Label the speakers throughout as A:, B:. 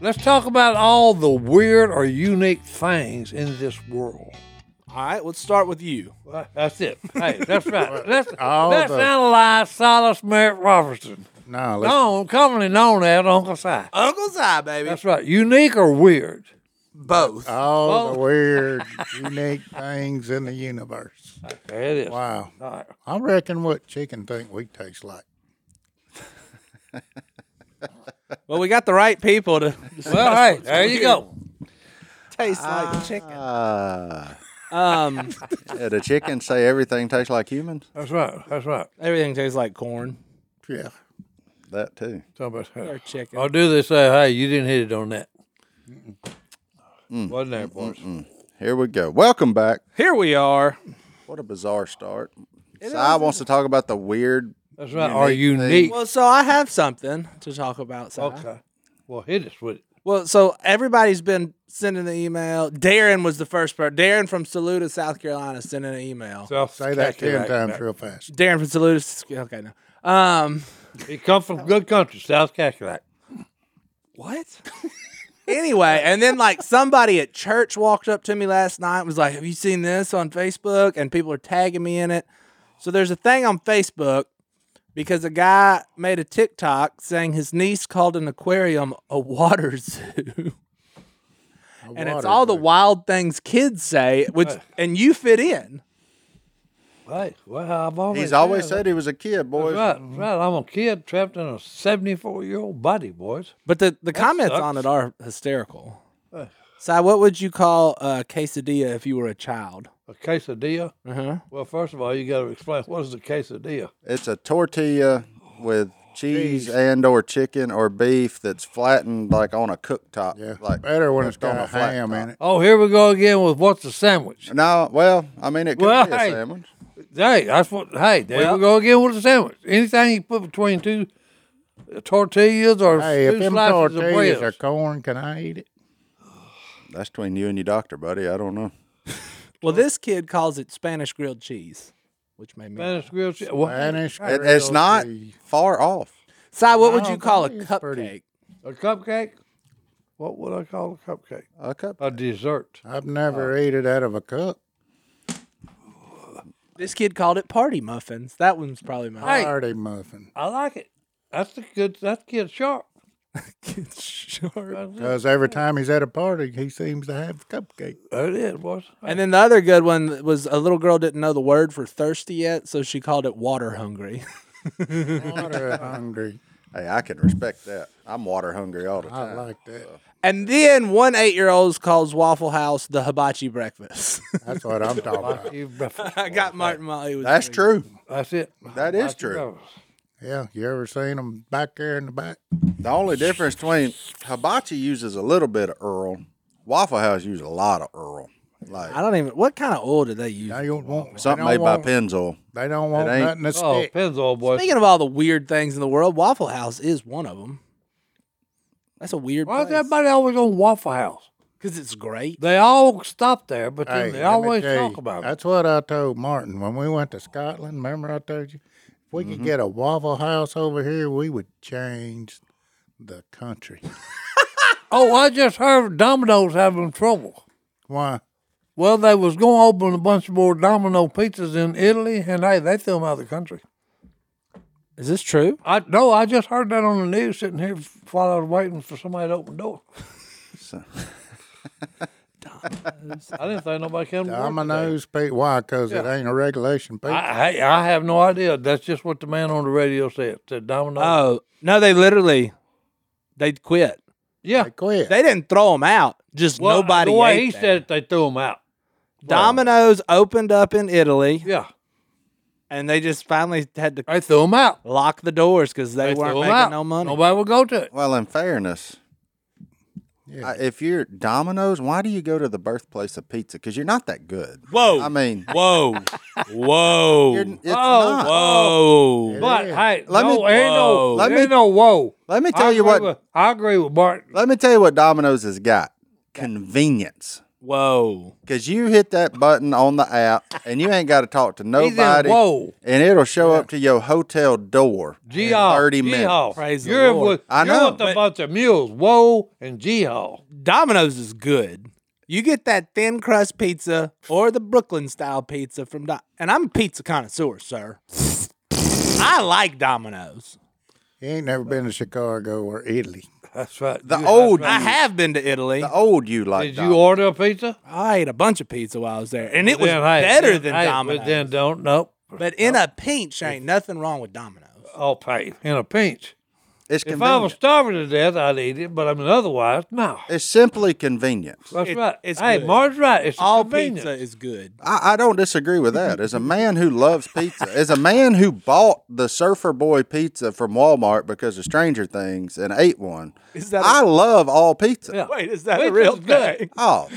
A: Let's talk about all the weird or unique things in this world.
B: All right, let's start with you.
A: That's it. Hey, that's right. Let's,
C: All
A: let's
C: the-
A: analyze Silas Merritt Robertson,
C: No, let's,
A: known, commonly known as Uncle Si.
B: Uncle Si, baby.
A: That's right. Unique or weird?
B: Both.
C: all
A: Well-
C: the weird, unique things in the universe.
A: There it is.
C: Wow.
A: All right.
C: I reckon what chicken think we taste like.
B: well, we got the right people to
A: Well, hey, there you go.
B: taste like chicken.
D: Uh,
B: Um,
D: the chickens say everything tastes like humans.
A: That's right. That's right.
B: everything tastes like corn
C: Yeah.
D: That too.
A: Somebody
B: or
A: said-
B: chicken.
A: Or do they say, hey, you didn't hit it on that? Wasn't there, boys?
D: Here we go. Welcome back.
B: Here we are.
D: What a bizarre start. Si wants to talk about the weird.
A: That's right. Or unique.
B: Well, so I have something to talk about. Si.
A: Okay. Well, hit us with it.
B: Well, so everybody's been sending the email. Darren was the first person. Darren from Saluda, South Carolina, sending an email.
A: South
C: Say that ten
A: Carolina.
C: times real fast.
B: Darren from Saluda. Okay, no. Um,
A: He come from good country, South Cackalack.
B: what? anyway, and then like somebody at church walked up to me last night and was like, "Have you seen this on Facebook?" And people are tagging me in it. So there's a thing on Facebook because a guy made a TikTok saying his niece called an aquarium a water zoo. And it's all the wild things kids say, which and you fit in.
A: Hey, well, I've
C: Oh
A: always
D: He's always
A: said
D: said he was a kid, boys.
A: Right, right. I'm a kid trapped in a 74 year old body, boys.
B: But the, the comments
A: sucks.
B: on it are hysterical. Si, what would you call a quesadilla if you were a child?
A: A quesadilla.
B: Uh-huh.
A: Well, first of all, you got to explain what is a quesadilla.
D: It's a tortilla with cheese and or chicken or beef that's flattened like on a cooktop.
C: Yeah.
D: Like
C: Better when it's
D: cooked on
C: got
D: a flat
C: ham
D: top.
C: in it.
A: Oh, here we go again with what's a sandwich.
D: No, well, I mean it could
A: Well,
D: be a
A: hey.
D: sandwich.
A: Hey, that's what. Hey, there
B: Well-
A: we go again with a sandwich. Anything you put between two tortillas or
C: Hey, if
A: two
C: them
A: slices of
C: tortillas
A: bread.
C: are corn, can I eat it?
D: That's between you and your doctor, buddy. I don't know.
B: Well, this kid calls it Spanish grilled cheese, which made me.
A: Spanish grilled cheese. Well,
C: Spanish
D: It,
C: grilled
D: it's not
C: cheese.
D: far off.
B: Si, what
A: Oh,
B: would you
C: don't
B: call a
C: think it's pretty.
B: cupcake?
A: a cupcake. What would I call a cupcake?
D: A cup.
A: A dessert.
C: I've
D: Oh.
C: never ate it out of a cup.
B: This kid called it party muffins. That one's probably my.
A: Hey.
C: Party muffin.
A: I like it. That's the good. That's kid sharp.
B: It's sharp.
A: Mm.
C: Because every time he's at a party, he seems to have cupcake.
A: There it is, boys.
B: And then the other good one was a little girl didn't know the word for thirsty yet, so she called it water hungry.
C: Water hungry.
D: Hey, I can respect that. I'm water hungry all the
C: I
D: time.
C: like
D: Uh.
C: that.
B: And then one eight year old calls Waffle House the hibachi breakfast.
C: That's what I'm talking about.
A: You breakfast.
B: I got Martin while he was.
D: That's
B: doing
D: true.
A: That's it.
D: That is
A: Lots of
D: true.
A: covers.
C: Yeah, you ever seen them back there in the back?
D: The only difference between hibachi uses a little bit of Earl, Waffle House uses a lot of Earl.
B: it. I
D: Like
B: don't even. What kind of oil did they use?
C: They don't want
D: something
C: they don't
D: made by
C: want-
D: Pennzoil.
C: They don't want
D: ain't-
C: nothing to
A: Oh,
C: stick.
A: Pennzoil, boys.
B: Speaking of all the weird things in the world, Waffle House is one of them. That's a weird
A: Why is
B: place
A: everybody always on Waffle House?
B: because it's great.
A: They all stop there, but then
C: Hey,
A: they
C: let me
A: always
C: tell
A: talk
C: you,
A: about it.
C: That's what I told Martin when we went to Scotland. Remember, I told you if we
D: Mm-hmm.
C: could get a Waffle House over here, we would change the country.
A: Oh, I just heard Domino's having trouble.
C: Why?
A: Well, they was going to open a bunch more Domino pizzas in Italy, and hey, they threw them out of the country.
B: Is this true?
A: I no, I just heard that on the news sitting here while I was waiting for somebody to open the door. I didn't think nobody came. to work today.
C: Domino's pe Why? Because it ain't a regulation pizza.
A: I, hey, I have no idea. That's just what the man on the radio said. Said Domino's.
B: Oh no, they literally they quit.
A: yeah.
C: they quit.
B: They didn't throw them out. Just
A: Well,
B: nobody.
A: The way
B: ate
A: he
B: them.
A: said it, they threw him out.
B: Domino's opened up in Italy,
A: Yeah.
B: and they just finally had to
A: They threw them out.
B: lock the doors because
A: They,
B: they, weren't
A: threw them
B: making
A: out.
B: no money.
A: Nobody would go to it.
D: Well, in fairness,
C: Yeah.
D: I- if you're Domino's, why do you go to the birthplace of pizza? Because you're not that good.
E: Whoa.
D: I mean,
E: Whoa. Whoa.
D: you're, it's
A: Oh,
D: not.
E: Whoa.
A: But
C: is.
A: hey,
D: Let
A: no,
D: me-
A: ain't no,
E: Whoa.
D: Let
A: ain't
D: me-
A: no whoa.
D: Let me
A: I
D: tell you
A: agree with-
D: what.
A: I agree with Barton.
D: Let me tell you what Domino's has got: convenience.
E: Whoa.
D: Because you hit that button on the app, and you ain't got to talk to
A: He's in
D: nobody.
A: whoa.
D: and it'll show up to your hotel door in
A: G-Haw.
D: 30 minutes.
A: G-Haw.
E: Praise the
A: you're
E: Lord.
A: With,
D: I
A: you're
D: know,
A: with a
E: but-
A: bunch of mules. Whoa and G-Haw.
B: Domino's is good. You get that thin crust pizza or the Brooklyn style pizza from Dom. And I'm a pizza connoisseur, sir. I like Domino's.
C: You ain't never been to Chicago or Italy.
A: That's right.
D: The
A: You-
D: old
B: I
D: you,
B: have been to Italy.
D: the old you like
A: Did you
D: Domino's.
A: order a pizza?
B: I ate a bunch of pizza while I was there, and it was
A: Then, hey,
B: better
A: then,
B: than
A: hey,
B: Domino's.
A: But then Oh. don't nope.
B: but in a pinch, there ain't nothing wrong with Domino's.
A: I'll pay in a pinch.
D: It's
A: If I
D: convenient.
A: was starving to death, I'd eat it. But I mean, otherwise, no.
D: it's simply convenient.
A: That's
B: It-
A: right.
B: it's
A: hey,
B: good.
A: Marge's right. It's
B: All
A: convenient.
B: pizza is good.
D: I, I don't disagree with that. As a man who loves pizza, as a man who bought the Surfer Boy pizza from Walmart because of Stranger Things and ate one,
B: Is that a-
D: I love all pizza.
A: Yeah.
B: Wait, is that
A: Pizza's
B: a real
A: good.
B: thing?
D: Oh,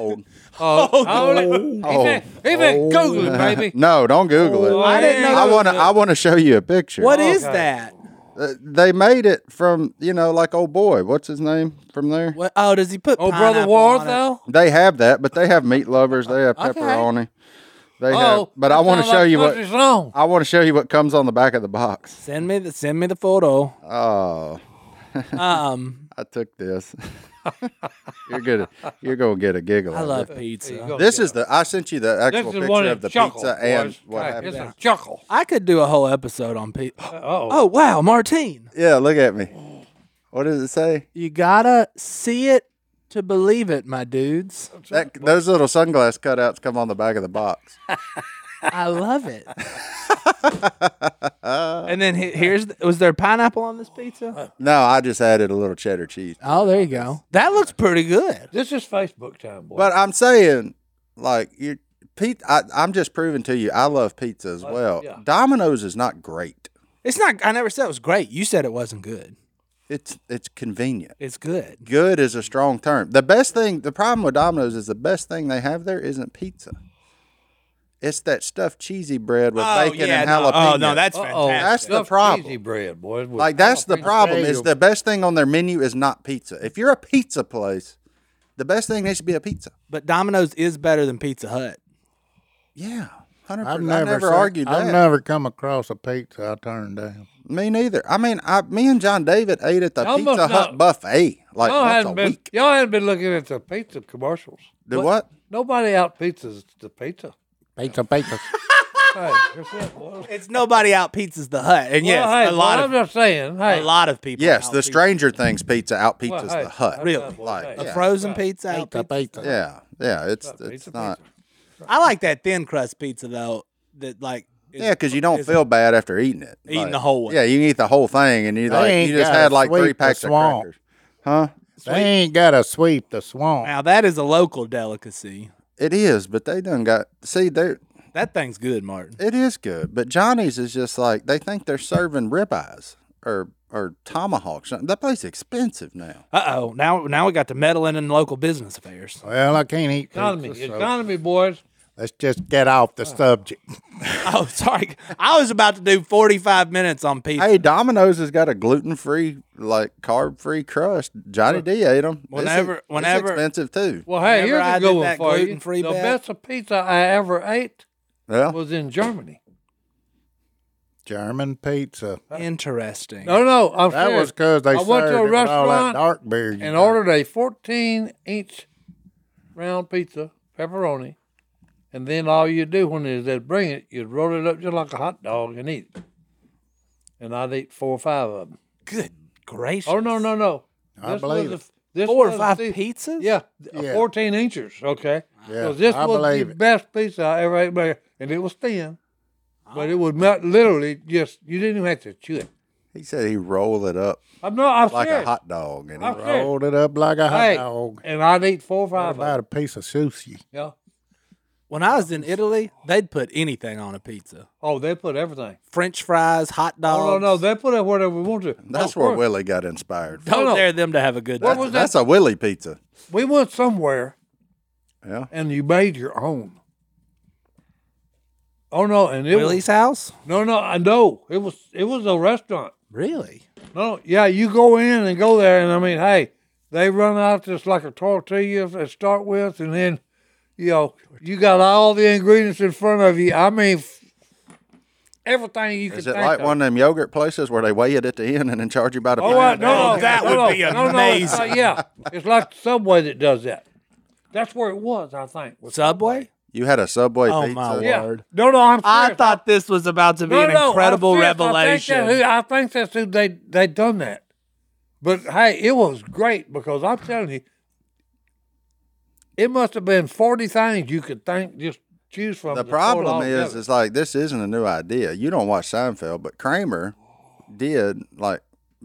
D: old.
A: Oh, oh, he said- he said
D: oh,
A: Google it, baby.
D: no, don't Google it.
A: I didn't know
D: I
A: that
D: want to.
A: was a-
D: I want to show you a picture.
B: What is
A: Okay.
B: that?
D: Uh, they made it from you know like old boy. What's his name from there?
B: What? Oh, does he put?
A: Oh, brother
B: pineapple on it?
A: Warthel.
D: They have that, but they have meat lovers. They have pepperoni. They have.
A: Oh,
D: But I
A: that
D: want to
A: sounds
D: show
A: like
D: you
A: country
D: what.
A: Song.
D: I want to show you what comes on the back of the box.
B: Send me the send me the photo.
D: Oh,
B: Um,
D: I took this. you're gonna you're gonna get a giggle.
B: I
D: out of
B: love
A: There
B: pizza.
A: you go.
D: This This is the. I sent you the
A: This
D: actual
A: is one
D: picture
A: of
D: of
A: the
D: the
A: chuckle,
D: pizza and
A: boys.
D: what
A: Hey,
D: happened.
A: It's a chuckle.
B: I could do a whole episode on pizza.
A: Oh,
B: Oh wow, Martine,
D: Yeah, look at me. What does it say?
B: you gotta see it to believe it, my dudes.
D: That, those little sunglass cutouts come on the back of the box.
B: I love it. and then he- here's the- was there pineapple on this pizza?
D: No, I just added a little cheddar cheese.
B: Oh, there you go. That looks pretty good.
A: this is Facebook time, boy.
D: But I'm saying, like you, Pete. I, I'm just proving to you, I love pizza
E: Uh,
D: as well.
A: yeah.
D: Domino's is not great.
B: It's not. I never said it was great. You said it wasn't good.
D: It's it's convenient.
B: It's good.
D: Good is a strong term. The best thing, the problem with Domino's is the best thing they have there isn't pizza. It's that stuffed cheesy bread with bacon and
E: no.
D: jalapeno.
E: Oh, no, that's
A: Uh-oh.
E: fantastic.
D: That's the
A: Stuffed
D: problem.
A: cheesy bread, boys. with
D: like that's the
A: jalapeno.
D: problem. Is
C: Bagel.
D: the best thing on their menu is not pizza. If you're a pizza place, the best thing needs to be a pizza.
B: But Domino's is better than Pizza Hut.
D: Yeah, 100
C: I've
D: I
C: never,
D: never
C: seen-
D: argued that.
C: I've never come across a pizza I turned down.
D: Me neither. I mean, I, me and John David ate at the
A: Y'all
D: Pizza
A: must
D: Hut
A: not-
D: buffet like
A: Y'all
D: once a
A: hadn't been.
D: week.
A: Y'all hadn't been looking at the pizza commercials.
D: Do what?
A: Nobody out pizzas the pizza.
C: Pizza, pizza.
A: Hey, that's it, boys.
B: It's nobody out pizzas the hut, and yes,
A: well, hey,
B: a lot
A: well,
B: of
A: I'm just saying. Hey,
B: a lot of people.
D: Yes,
B: out
D: the
B: pizza.
D: Stranger Things pizza out
A: well,
D: pizzas
A: hey,
D: the hut.
A: that's
B: Really?
A: right, boys,
D: Like,
A: hey.
B: A
D: yeah.
B: frozen pizza out
C: Pizza,
B: pizza.
C: pizza.
D: Yeah, yeah. It's it's
A: pizza,
D: not.
A: pizza.
B: I like that thin crust pizza though. That like is-
D: Yeah, because you don't
B: is-
D: feel bad after eating it.
B: Eating
D: Like,
B: the whole one.
D: Yeah, you can eat the whole thing, and you
C: They
D: like
C: ain't
D: you just
C: got a
D: had like three
C: sweep the
D: packs of
C: swamp.
D: crackers, huh?
C: They ain't got to sweep the swamp.
B: Now that is a local delicacy.
D: It is, but they done got see they.
B: That thing's good, Martin.
D: It is good, but Johnny's is just like they think they're serving ribeyes or or tomahawks. That place is expensive now.
B: Uh oh, now now we got to meddle in in local business affairs.
C: Well, I can't eat
A: Economy,
C: pizza, so
A: economy, boys.
C: let's just get off the subject.
B: Oh, sorry, I was about to do forty five minutes on pizza.
D: Hey, Domino's has got a gluten free, like carb free crust. Johnny D ate them.
B: Whenever-
D: it's,
B: whenever-
D: it's expensive too.
A: Well, hey,
B: Remember
A: here's
B: I
A: a
B: did
A: good one
B: that
A: for you.
B: gluten-free
A: The
B: bet?
A: best pizza I ever ate
D: Yeah,
A: was in Germany.
C: German pizza.
B: Interesting.
A: No, no, I'm
C: That
A: serious.
C: was because they
A: I went
C: served
A: to a
C: it with all that
A: restaurant
C: dark beer. you
A: and
C: know.
A: ordered a 14 inch round pizza, pepperoni, and then all you do when is they'd bring it, you'd roll it up just like a hot dog and eat it. And I'd eat four or five of them.
B: Good gracious.
A: Oh no, no, no!
C: I
A: This
C: believe
A: was
C: it.
A: the- this
B: Four or
A: was
B: five
A: the-
B: pizzas?
A: Yeah,
C: Yeah.
A: 14 inches. Okay.
C: Yeah,
A: So this
C: I
A: was
C: believe
A: the
C: it.
A: best pizza I ever ate, but- and it was thin, but it was not literally just you didn't even have to chew it.
D: he said he rolled it up
A: I'm not. I'm
D: like
A: serious.
D: a hot dog, and he
A: I'm serious.
C: Rolled it up like a hot
A: Hey,
C: dog.
A: and I'd eat four or
C: What
A: five. Of
C: about
A: them.
C: a piece of sushi?
A: Yeah.
F: When I was in Italy, they'd put anything on a pizza.
A: Oh, they put everything.
F: French fries, hot dogs.
A: Oh, no, no, they put it whatever we want to. Oh,
D: That's
A: No,
D: where
A: first,
D: Willie got inspired. From.
F: Don't
A: no.
F: dare them to have a good
A: What
F: time.
A: was that?
D: That's a Willie pizza.
A: We went somewhere
D: Yeah.
A: and you made your own. Oh no, and it
F: Willie's house?
A: was no, no, I know it was it was a restaurant.
F: Really?
A: No, yeah, you go in and go there, and I mean, hey, they run out just like a tortilla to start with, and then, you know, you got all the ingredients in front of you. I mean, f- everything you can.
D: Is it
A: think
D: like
A: of.
D: one of them yogurt places where they weigh it at the end and then charge you by the
A: Oh,
D: pound?
A: I, no, no,
B: that
A: no,
B: would
A: no,
B: be
A: no, no, it's
B: amazing.
A: like- yeah, it's like Subway that does that. That's where it was, I think. Was-
F: Subway?
D: You had a Subway
F: Oh,
D: pizza.
F: my
A: yeah.
F: Lord.
A: No, no, I'm.
F: I
A: serious.
F: thought this was about to be
A: no,
F: an
A: no, I'm
F: incredible
A: serious. I
F: revelation.
A: think, that, I think that's who they they done that. But hey, it was great because I'm telling you, it must have been forty things you could think just choose from.
D: The
A: to throw it all
D: problem is,
A: together.
D: is like this isn't a new idea. You don't watch Seinfeld, but Kramer did like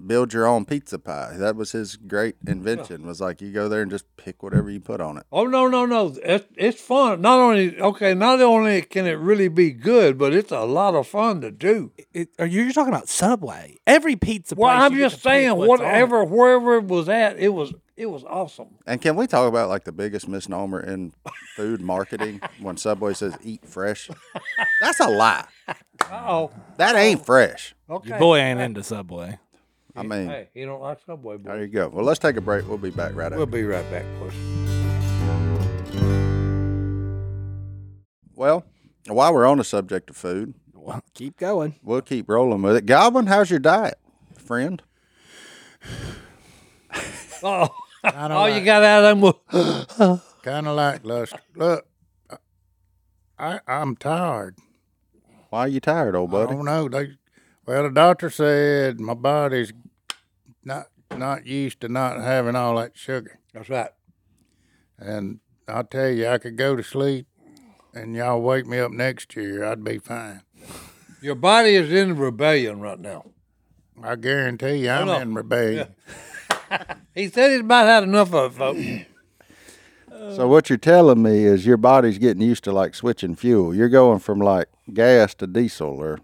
D: build your own pizza pie. That was his great invention. Was like you go there and just pick whatever you put on it.
A: oh no no no, it's it's fun. Not only okay, not only can it really be good, but it's a lot of fun to do.
F: It- are you, you're talking about Subway? Every pizza
A: Well,
F: place.
A: I'm
F: you get
A: just
F: to pick
A: saying,
F: what's on it.
A: whatever, wherever it was at, it was it was awesome.
D: And can we talk about like the biggest misnomer in food marketing when Subway says eat fresh? That's a lie.
A: Oh,
D: That ain't fresh.
A: okay.
B: Your boy ain't into Subway.
D: I mean,
A: Hey, you don't like Subway, boy.
D: there you go. Well, let's take a break. We'll be back right
A: We'll
D: after.
A: be right back, boys.
D: Well, while we're on the subject of food,
F: Well, keep going.
D: we'll keep rolling with it. Goblin, how's your diet, friend?
A: Oh,
C: Kinda
A: all
C: like-
A: you got out of them was.
C: Kind of like lust. Look, I I'm tired.
D: Why are you tired, old
C: I
D: buddy?
C: don't know. They, well, the doctor said my body's not not used to not having all that sugar,
A: That's right.
C: and I tell you, I could go to sleep, and y'all wake me up next year, I'd be fine.
A: Your body is in rebellion right now.
C: I guarantee you, I'm
A: no.
C: in rebellion.
A: He said he's about had enough of it, folks.
D: So what you're telling me is your body's getting used to like switching fuel. You're going from like gas to diesel or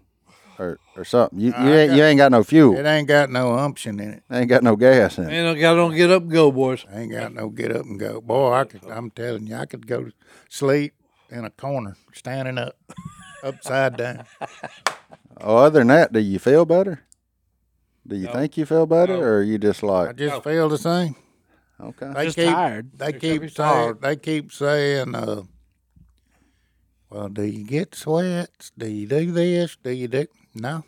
D: or, or something. You you ain't, you ain't got no fuel.
C: It ain't got no umption in it.
D: Ain't got no gas in it.
A: Man, I got on get up and go, boys.
C: Ain't got no get up and go. Boy, I could. I'm telling you, I could go to sleep in a corner, standing up, upside down.
D: Oh, other than that, do you feel better? Do you think you feel better, or are you just
C: I
D: like
C: just feel the same.
D: okay?
C: They
F: Just
C: keep,
F: tired.
C: They
A: be
C: keep saying.
A: tired.
C: They keep saying. Uh, well, do you get sweats? Do you do this? Do you do? No.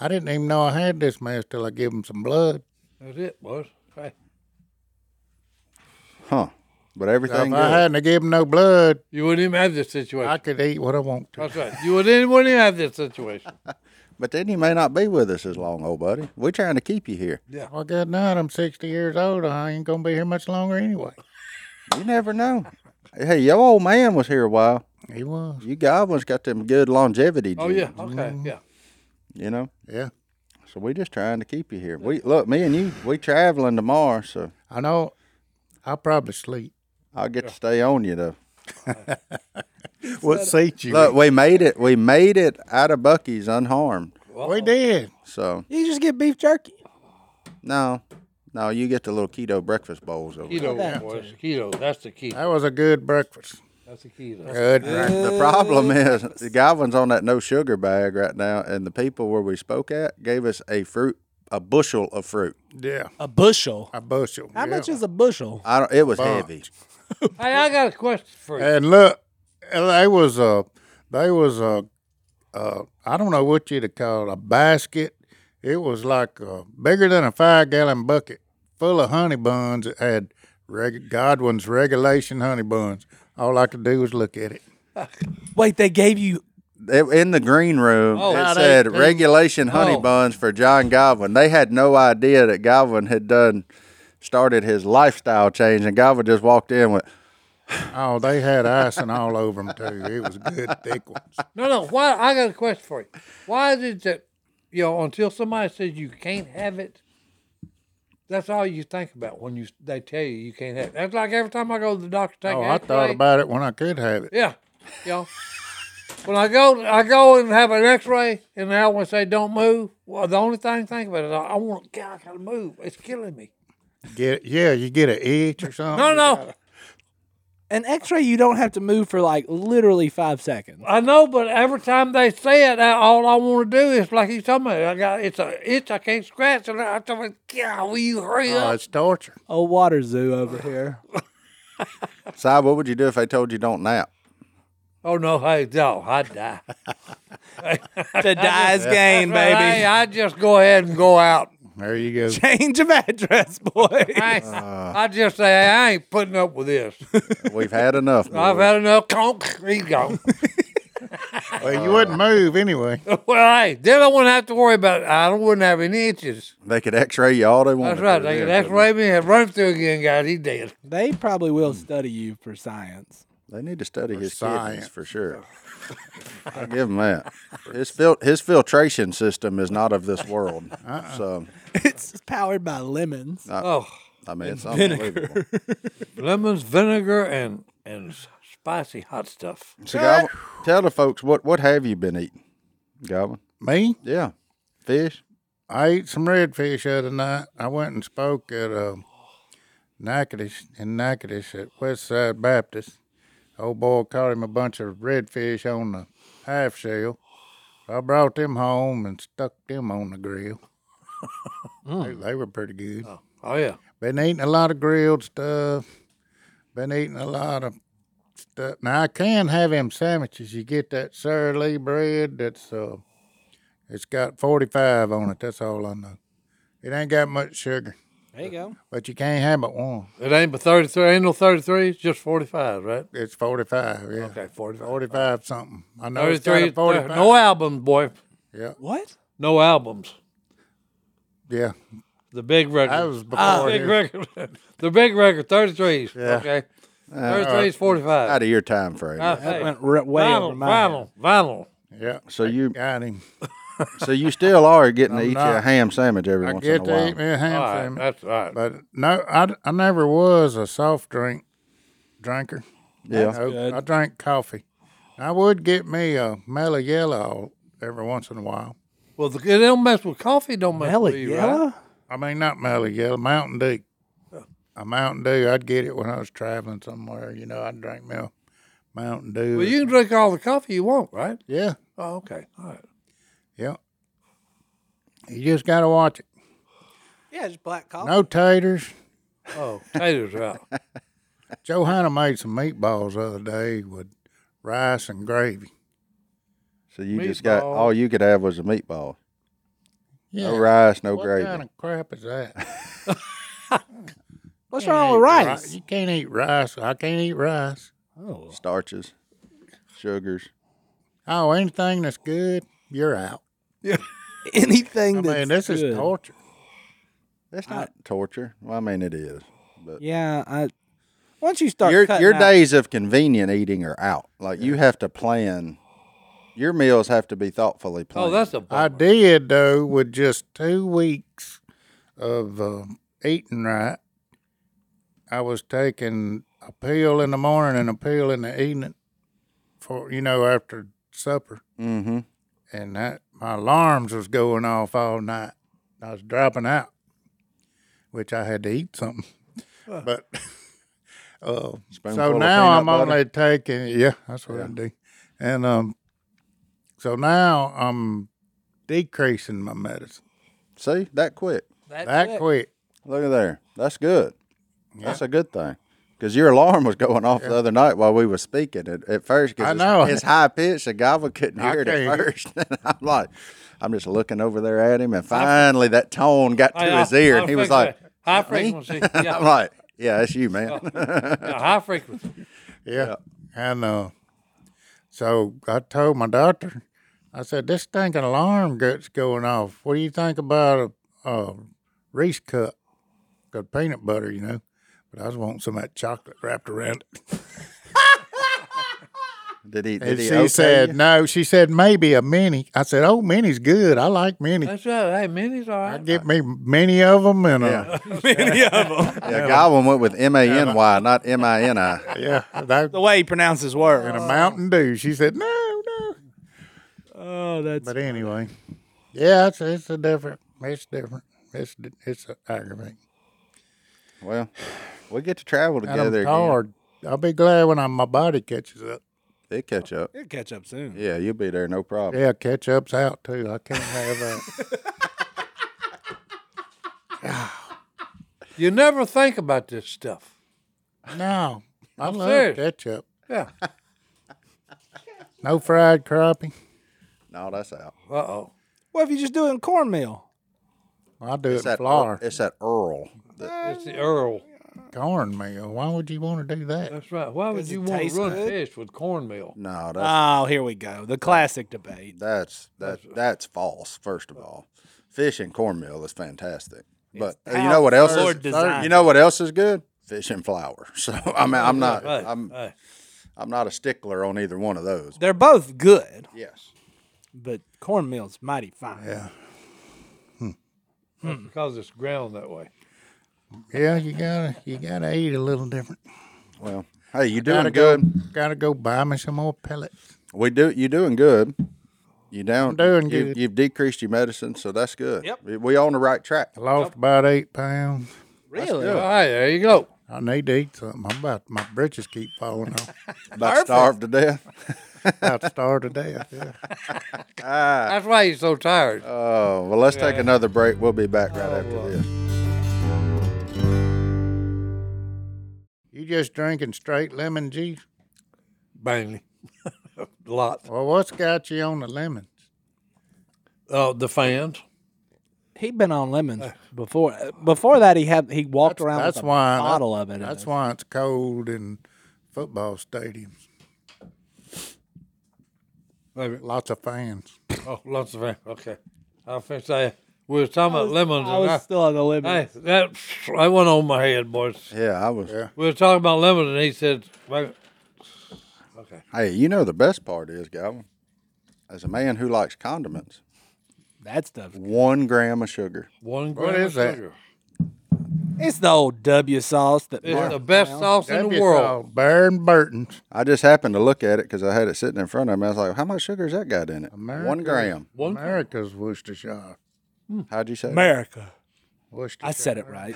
C: I didn't even know I had this mess till I give them some blood.
A: That's it, boys. Hey,
D: Huh? But
C: So
D: everything
C: if I
D: good.
C: hadn't have given no blood,
A: You wouldn't even have this situation.
C: I could eat what I want to.
A: That's right. You wouldn't, wouldn't even have this situation.
D: But then you may not be with us as long, old buddy. We're trying to keep you here.
C: Well, good night. I'm 60 years old. I ain't gonna be here much longer anyway.
D: You never know. Hey, your old man was here a while.
C: He was.
D: You goblins got them good longevity.
A: Oh,
D: genes,
A: yeah. Okay. Yeah.
D: You know.
C: Yeah.
D: So we just trying to keep you here. We look, me and you, we traveling tomorrow, so
C: I know. I'll probably sleep.
D: I'll get to stay on you though.
C: What seat you?
D: Look, we made it. We made it out of Bucky's unharmed.
C: we did.
D: So
F: You just get beef jerky.
D: no, no, you get the little keto breakfast bowls over. there.
A: Keto, boys. Keto. That's the key.
C: That was a good breakfast.
A: That's the key. though.
C: Good breakfast.
D: The problem is the Godwin's on that no sugar bag right now, and the people where we spoke at gave us a fruit, a bushel of fruit.
C: Yeah.
F: A bushel.
C: A bushel.
F: How
C: yeah.
F: much is a bushel?
D: I don't. It was heavy.
A: Hey, I got a question for you.
C: And look, they was a, they was a, uh, I don't know what you'd have called a basket. It was like a, bigger than a five gallon bucket full of honey buns. It had reg- Godwin's regulation honey buns. All I could do was look at it.
F: Wait, they gave you
D: It, in the green room, it
C: About
D: said
C: 18.
D: regulation honey
A: Oh.
D: buns for John Godwin. They had no idea that Godwin had done started his lifestyle change, and Godwin just walked in with.
C: Oh, they had icing all over them too. It was good thick ones.
A: No, no. Why? I got a question for you. Why is it that, you know, until somebody says you can't have it, That's all you think about when you they tell you you can't have. That's like every time I go to the doctor, to take
C: Oh,
A: an
C: I thought
A: X-ray.
C: about it when I could have it.
A: Yeah, yeah. when I go, I go and have an X-ray, and they always say don't move. Well, the only thing I think about is I, I want God, I gotta move. It's killing me.
C: Get yeah, you get an itch or something.
A: No, no,
F: An X-ray, you don't have to move for like literally five seconds.
A: I know, but every time they say it, I, all I want to do is like he's talking about. I got it's a itch I can't scratch, and I'm talking. God, will you hurry
C: Oh,
A: up?
C: it's torture.
F: A water zoo over here.
D: Si, what would you do if they told you don't nap?
A: Oh no, hey, no, I die.
F: the die's gain,
A: Hey,
F: baby.
A: I just go ahead and go out.
C: There you go.
F: Change of address, boy.
A: I,
C: Uh.
A: I just say I ain't putting up with this.
D: We've had enough.
A: I've
D: boy.
A: had enough. Conk, he's gone.
C: Well, you wouldn't move anyway.
A: well, hey, then I wouldn't have to worry about. It. I wouldn't have any itches.
D: They could X-ray you all they want.
A: That's right. They could X-ray me and run through again, guys. He dead.
F: They probably will study you for science.
D: They need to study his
C: science.
D: kidneys for sure. I give him that. His fil- his filtration system is not of this world. So
F: It's powered by lemons.
C: Uh.
A: Oh,
D: I mean, it's unbelievable.
A: lemons, vinegar, and and spicy hot stuff.
D: So, Goblin, tell the folks what what have you been eating, Goblin?
C: Me,
D: Yeah, fish.
C: I ate some redfish the other night. I went and spoke at uh, Natchitoches in Natchitoches at Westside Baptist. Old boy caught him a bunch of redfish on the half shell. I brought them home and stuck them on the grill.
A: Hmm.
C: they, they were pretty good.
A: Oh yeah.
C: Been eating a lot of grilled stuff. Been eating a lot of stuff. Now I can have them sandwiches. You get that Sara Lee bread that's uh it's got forty five on it, that's all I know. It ain't got much sugar.
F: There you go.
C: But you can't have but one.
A: It ain't but thirty three. Ain't no thirty three. It's just forty five, right?
C: It's forty five, yeah.
A: Okay, uh, forty five.
C: Forty five something. I know
A: Thirty
C: it's got
A: three.
C: a forty five.
A: No albums, boy.
C: yeah.
F: What?
A: No albums.
C: Yeah.
A: The big record. Ah,
C: That was before
A: big
C: his-
A: record. the big record. Thirty threes.
C: Yeah.
A: Okay. Thirty threes. Forty
D: Out
A: five.
D: of your time frame.
F: That went r- way over
A: Vinyl.
F: my head.
A: Vinyl. Vinyl.
C: Yeah.
D: so you
C: Got him.
D: so you still are getting to eat you a
C: not.
D: ham sandwich every
C: I
D: once
C: get
D: in a
C: to
D: while.
C: eat me a ham
A: All right.
C: sandwich.
A: That's all right.
C: But no, I, I never was a soft drink drinker.
D: Yeah.
C: No, I drank coffee. I would get me a mellow yellow every once in a while.
A: Well, the, it don't mess with coffee. Don't mess
F: Hella
A: with you,
F: yellow?
A: right?
C: I mean, not mellow yellow, Mountain Dew. A Mountain Dew, I'd get it when I was traveling somewhere. You know, I'd drink me a Mountain Dew.
A: Well, you can drink all the coffee you want, right?
C: yeah,
A: Oh, okay. All right.
C: yeah. You just got to watch it.
F: Yeah, just black coffee.
C: No taters.
A: Oh, taters are out.
C: Johanna made some meatballs the other day with rice and
D: Oh,
C: gravy.
D: So you just got
A: Meatball.
D: all you could have was a meatball.
C: Yeah.
D: No rice, no
C: what
D: gravy.
C: kind of crap is that?
F: What's wrong with rice?
C: You can't eat rice. I can't eat rice.
F: Oh.
D: Starches, sugars.
C: Oh, anything that's good, you're out.
F: Anything
C: I
F: that's
C: mean, this
F: good.
C: is torture.
D: That's not torture. Well, I mean it is. But
F: Yeah, I. Once you start
D: your
F: cutting
D: your
F: out-
D: days of convenient eating are out. Like you have to plan. Your meals have to be thoughtfully planned.
A: Oh, that's a
C: I
A: bummer.
C: did though with just two weeks of uh, eating right. I was taking a pill in the morning and a pill in the evening for you know after supper,
D: mm-hmm.
C: and that my alarms was going off all night. I was dropping out, which I had to eat something, but. Uh,
D: Spoonful
C: so
D: of
C: now
D: peanut
C: I'm
D: butter.
C: only taking yeah, that's what I do. And um so now I'm decreasing my medicine.
D: see that quick.
C: That quick.
D: Look at there. That's good. That's a good thing. Because your alarm was going off the other night while we were speaking. At, at first,
C: I
D: because
C: know.
D: it's, high pitched, the guy we couldn't
C: I
D: hear it
C: can't
D: at
C: hear
D: first. and I'm like, I'm just looking over there at him, and finally that tone got to his ear, and he was like,
A: high
D: "Is that me?"
A: frequency.
D: I'm
A: Yeah,
D: like, "Yeah, that's you, man."
C: Oh.
A: yeah, high frequency.
C: Yeah. And uh so I told my doctor, I said, This stinking alarm gets going off. What do you think about a, a Reese cup? Got peanut butter, you know. But I was wanting some of that chocolate wrapped around it.
D: Did he? Did
C: And
D: he
C: she
D: okay
C: said,
D: you?
C: no, she said, maybe a mini. I said, oh, mini's good. I like mini.
A: That's right. Hey, Minnie's all
C: I
A: right.
C: get me many of them and uh,
B: Many of them.
D: Yeah, Godwin went with M A N Y, not M I N I.
C: yeah, that,
B: The way he pronounces
C: and a
B: words.
C: Mountain Dew. She said, no, no.
B: Oh, that's
C: But anyway, yeah, it's it's a different. It's different. It's di- it's aggravating.
D: Well, we get to travel
C: And I'm
D: together again.
C: tired. I'll be glad when I, my body catches up.
D: They catch up.
B: It'll catch up soon.
D: Yeah, you'll be there, no problem.
C: Yeah, catch up's out too. I can't have that.
A: You never think about this stuff.
C: No, I love
A: serious.
C: ketchup.
A: Yeah.
C: No fried crappie.
D: No, that's out.
A: Uh oh.
B: What if you just do it in cornmeal?
C: I do
D: It's
C: it
D: that
C: flour,
D: it's that Earl. that-
A: It's the Earl.
C: cornmeal. Why would you want to do that?
A: That's right. Why would
B: Does
A: you
B: it
A: want
B: taste
A: to run
B: good?
A: fish with cornmeal?
D: no, that's
B: Oh, here we go. The classic debate.
D: that's that that's false. First of all, fish and cornmeal is fantastic. But
B: It's
D: you
B: how
D: know what else
B: Lord
D: is
B: designed
D: you know what else is good? Fish and flour. So I mean, I'm not
A: Right,
D: I'm
A: right.
D: I'm not a stickler on either one of those.
B: They're both good,
D: Yes.
B: but cornmeal's mighty fine. Yeah.
A: That's because it's ground that way.
C: Yeah, you gotta you gotta eat a little different.
D: Well, hey, you
C: Gotta
D: doing good.
C: Go, gotta go buy me some more pellets.
D: We do. You doing good. You down?
C: doing
D: you,
C: good.
D: You've decreased your medicine, so that's good.
B: Yep.
D: We, we on the right track.
C: I lost about eight pounds.
B: Really?
A: All right, there you go.
C: I need to eat something. I'm about my britches keep falling off.
D: About starved to death.
C: about to starve to death. Yeah.
A: That's why he's so tired.
B: Uh,
D: Oh well, let's take another break. We'll be back right after this.
C: You just drinking straight lemon juice?
A: Bang. Lots.
C: Well, what's got you on the lemons?
A: Oh, the fans.
B: He'd been on lemons before. uh, Before that, he had he walked around
C: That's
B: with a
C: why
B: bottle of it. in
C: That's
B: it.
C: why it's cold in football stadiums.
A: Maybe.
C: Lots of fans.
A: Oh, lots of fans. Okay. I think I we was talking about lemons.
B: I
A: and
B: was still on the
A: I,
B: lemon.
A: hey, that I went on my head, boys.
D: Yeah, I was.
A: We were talking about lemons, and he said, wait,
D: Hey, you know the best part is, Galvin, as a man who likes condiments,
B: That stuff.
D: one gram of sugar.
A: "One
C: What
A: gram of
C: is that?
A: sugar."
B: It's the old W sauce that.
A: It's
B: Mark-
A: the best sauce in the world.
C: Baron Burton's.
D: I just happened to look at it because I had it sitting in front of me. I was like, "How much sugar's that got in it?" One
C: America.
D: gram.
A: One gram.
C: America's Worcestershire.
D: How'd you say? that?
B: America.
C: Worcestershire.
B: I said it right.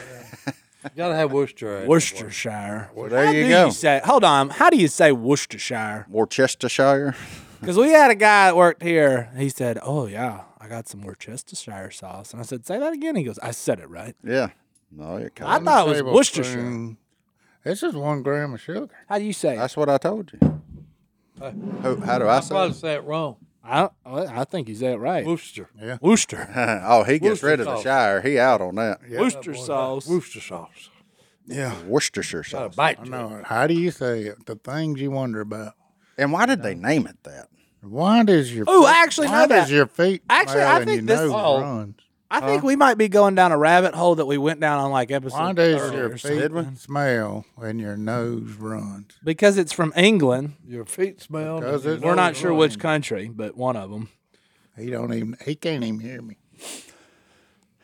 A: Gotta have Worcester. in it.
B: Worcestershire.
D: Well, there
B: How
D: you
B: do
D: go.
B: You say, hold on. How do you say Worcestershire?
D: Worcestershire.
B: Because we had a guy that worked here. He said, "Oh yeah, I got some Worcestershire sauce," and I said, "Say that again." He goes, "I said it right."
D: Yeah. No, it
B: I
D: kind
B: thought it was
C: Tablespoon.
B: Worcestershire.
C: This is one gram of sugar.
B: How do you say? It?
D: That's what I told you. Who, how do I
A: I
D: say?
A: probably
D: it?
A: said it wrong.
B: I I think you said it right.
A: Worcester.
B: Worcester.
D: oh, he gets
A: Worcester
D: rid of the
A: sauce.
D: shire. He out on that.
B: Worcester sauce.
A: Worcester sauce.
D: Yeah. Worcestershire
A: Got
D: sauce.
A: a bite. To
C: I
A: it.
C: know. How do you say it? The things you wonder about.
D: And why did they name it that?
C: Why does your
B: Ooh,
C: feet-
B: I actually
C: why
B: know
C: does
B: that.
C: your feet
B: Actually,
C: smell
B: I
C: and
B: think
C: your
B: this- Oh.
C: nose
A: Uh-oh.
C: runs?
B: I think we might be going down a rabbit hole that we went down on like
C: Why
B: episode
C: does your
B: 30 or something.
C: feet smell and your nose runs?
B: Because it's from England.
A: Your feet smell.
C: Because
A: and
C: it's-
A: your
B: We're not
A: nose
B: sure
A: runs.
B: which country, but one of them.
C: He don't even. He can't even hear me.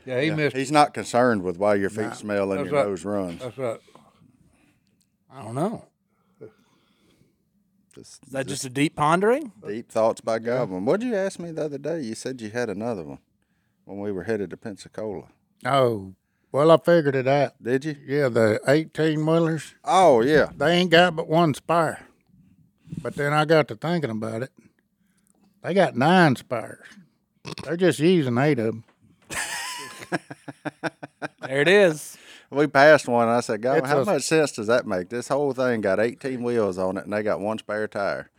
A: Yeah, he missed.
D: He's not concerned with why your feet smell and
A: That's
D: your
A: right. Uh,
D: nose runs.
A: That's right.
B: I don't know.
D: Just
B: Is that just a deep pondering?
D: deep thoughts by Goblin. What did you ask me the other day? You said you had another one when we were headed to Pensacola.
C: Oh, well, I figured it out.
D: Did you?
C: Yeah, the eighteen wheelers.
D: Oh yeah.
C: They ain't got but one spire. But then I got to thinking about it. They got nine spires. They're just using eight of them.
B: There it is.
D: We passed one. And I said, Goblin,
C: It's
D: how
C: a-
D: much sense does that make? This whole thing got 18 wheels on it, and they got one spare tire.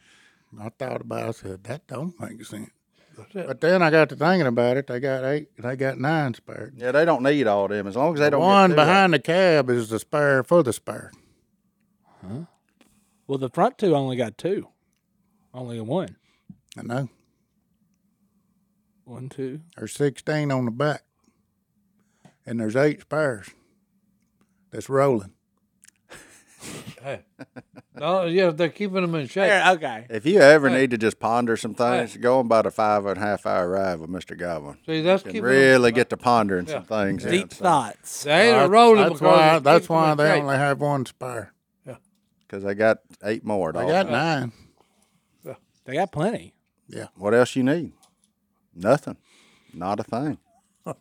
C: I thought about. it. I said that don't make sense. But then I got to thinking about it. They got eight. They got nine spires.
D: Yeah, they don't need all them as long as they don't. get
C: One
D: through it.
C: behind the cab is the spire for the spire.
B: Well, the front two only got two. Only one.
C: I know.
B: One, two.
C: There's 16 on the back, and there's eight spires that's rolling.
A: Hey, No, yeah, they're keeping them in shape.
B: Here, okay.
D: If you ever need to just ponder some things, go and buy the five and a half hour ride with Mr. Goblin.
A: See, that's
D: Can
A: keeping them.
D: really get to pondering some things. yeah,
B: Deep
D: so-
B: thoughts.
A: They ain't
C: That's-
A: a rolling
C: that's
A: because
C: why.
A: it
C: That's
A: keeps 'em
C: why
A: in
C: they
A: shape.
C: only have one spare.
D: Cause I got eight more.
C: They
A: Oh,
D: dog.
A: uh,
C: got nine.
B: They got plenty.
D: What else you need? Nothing. Not a thing.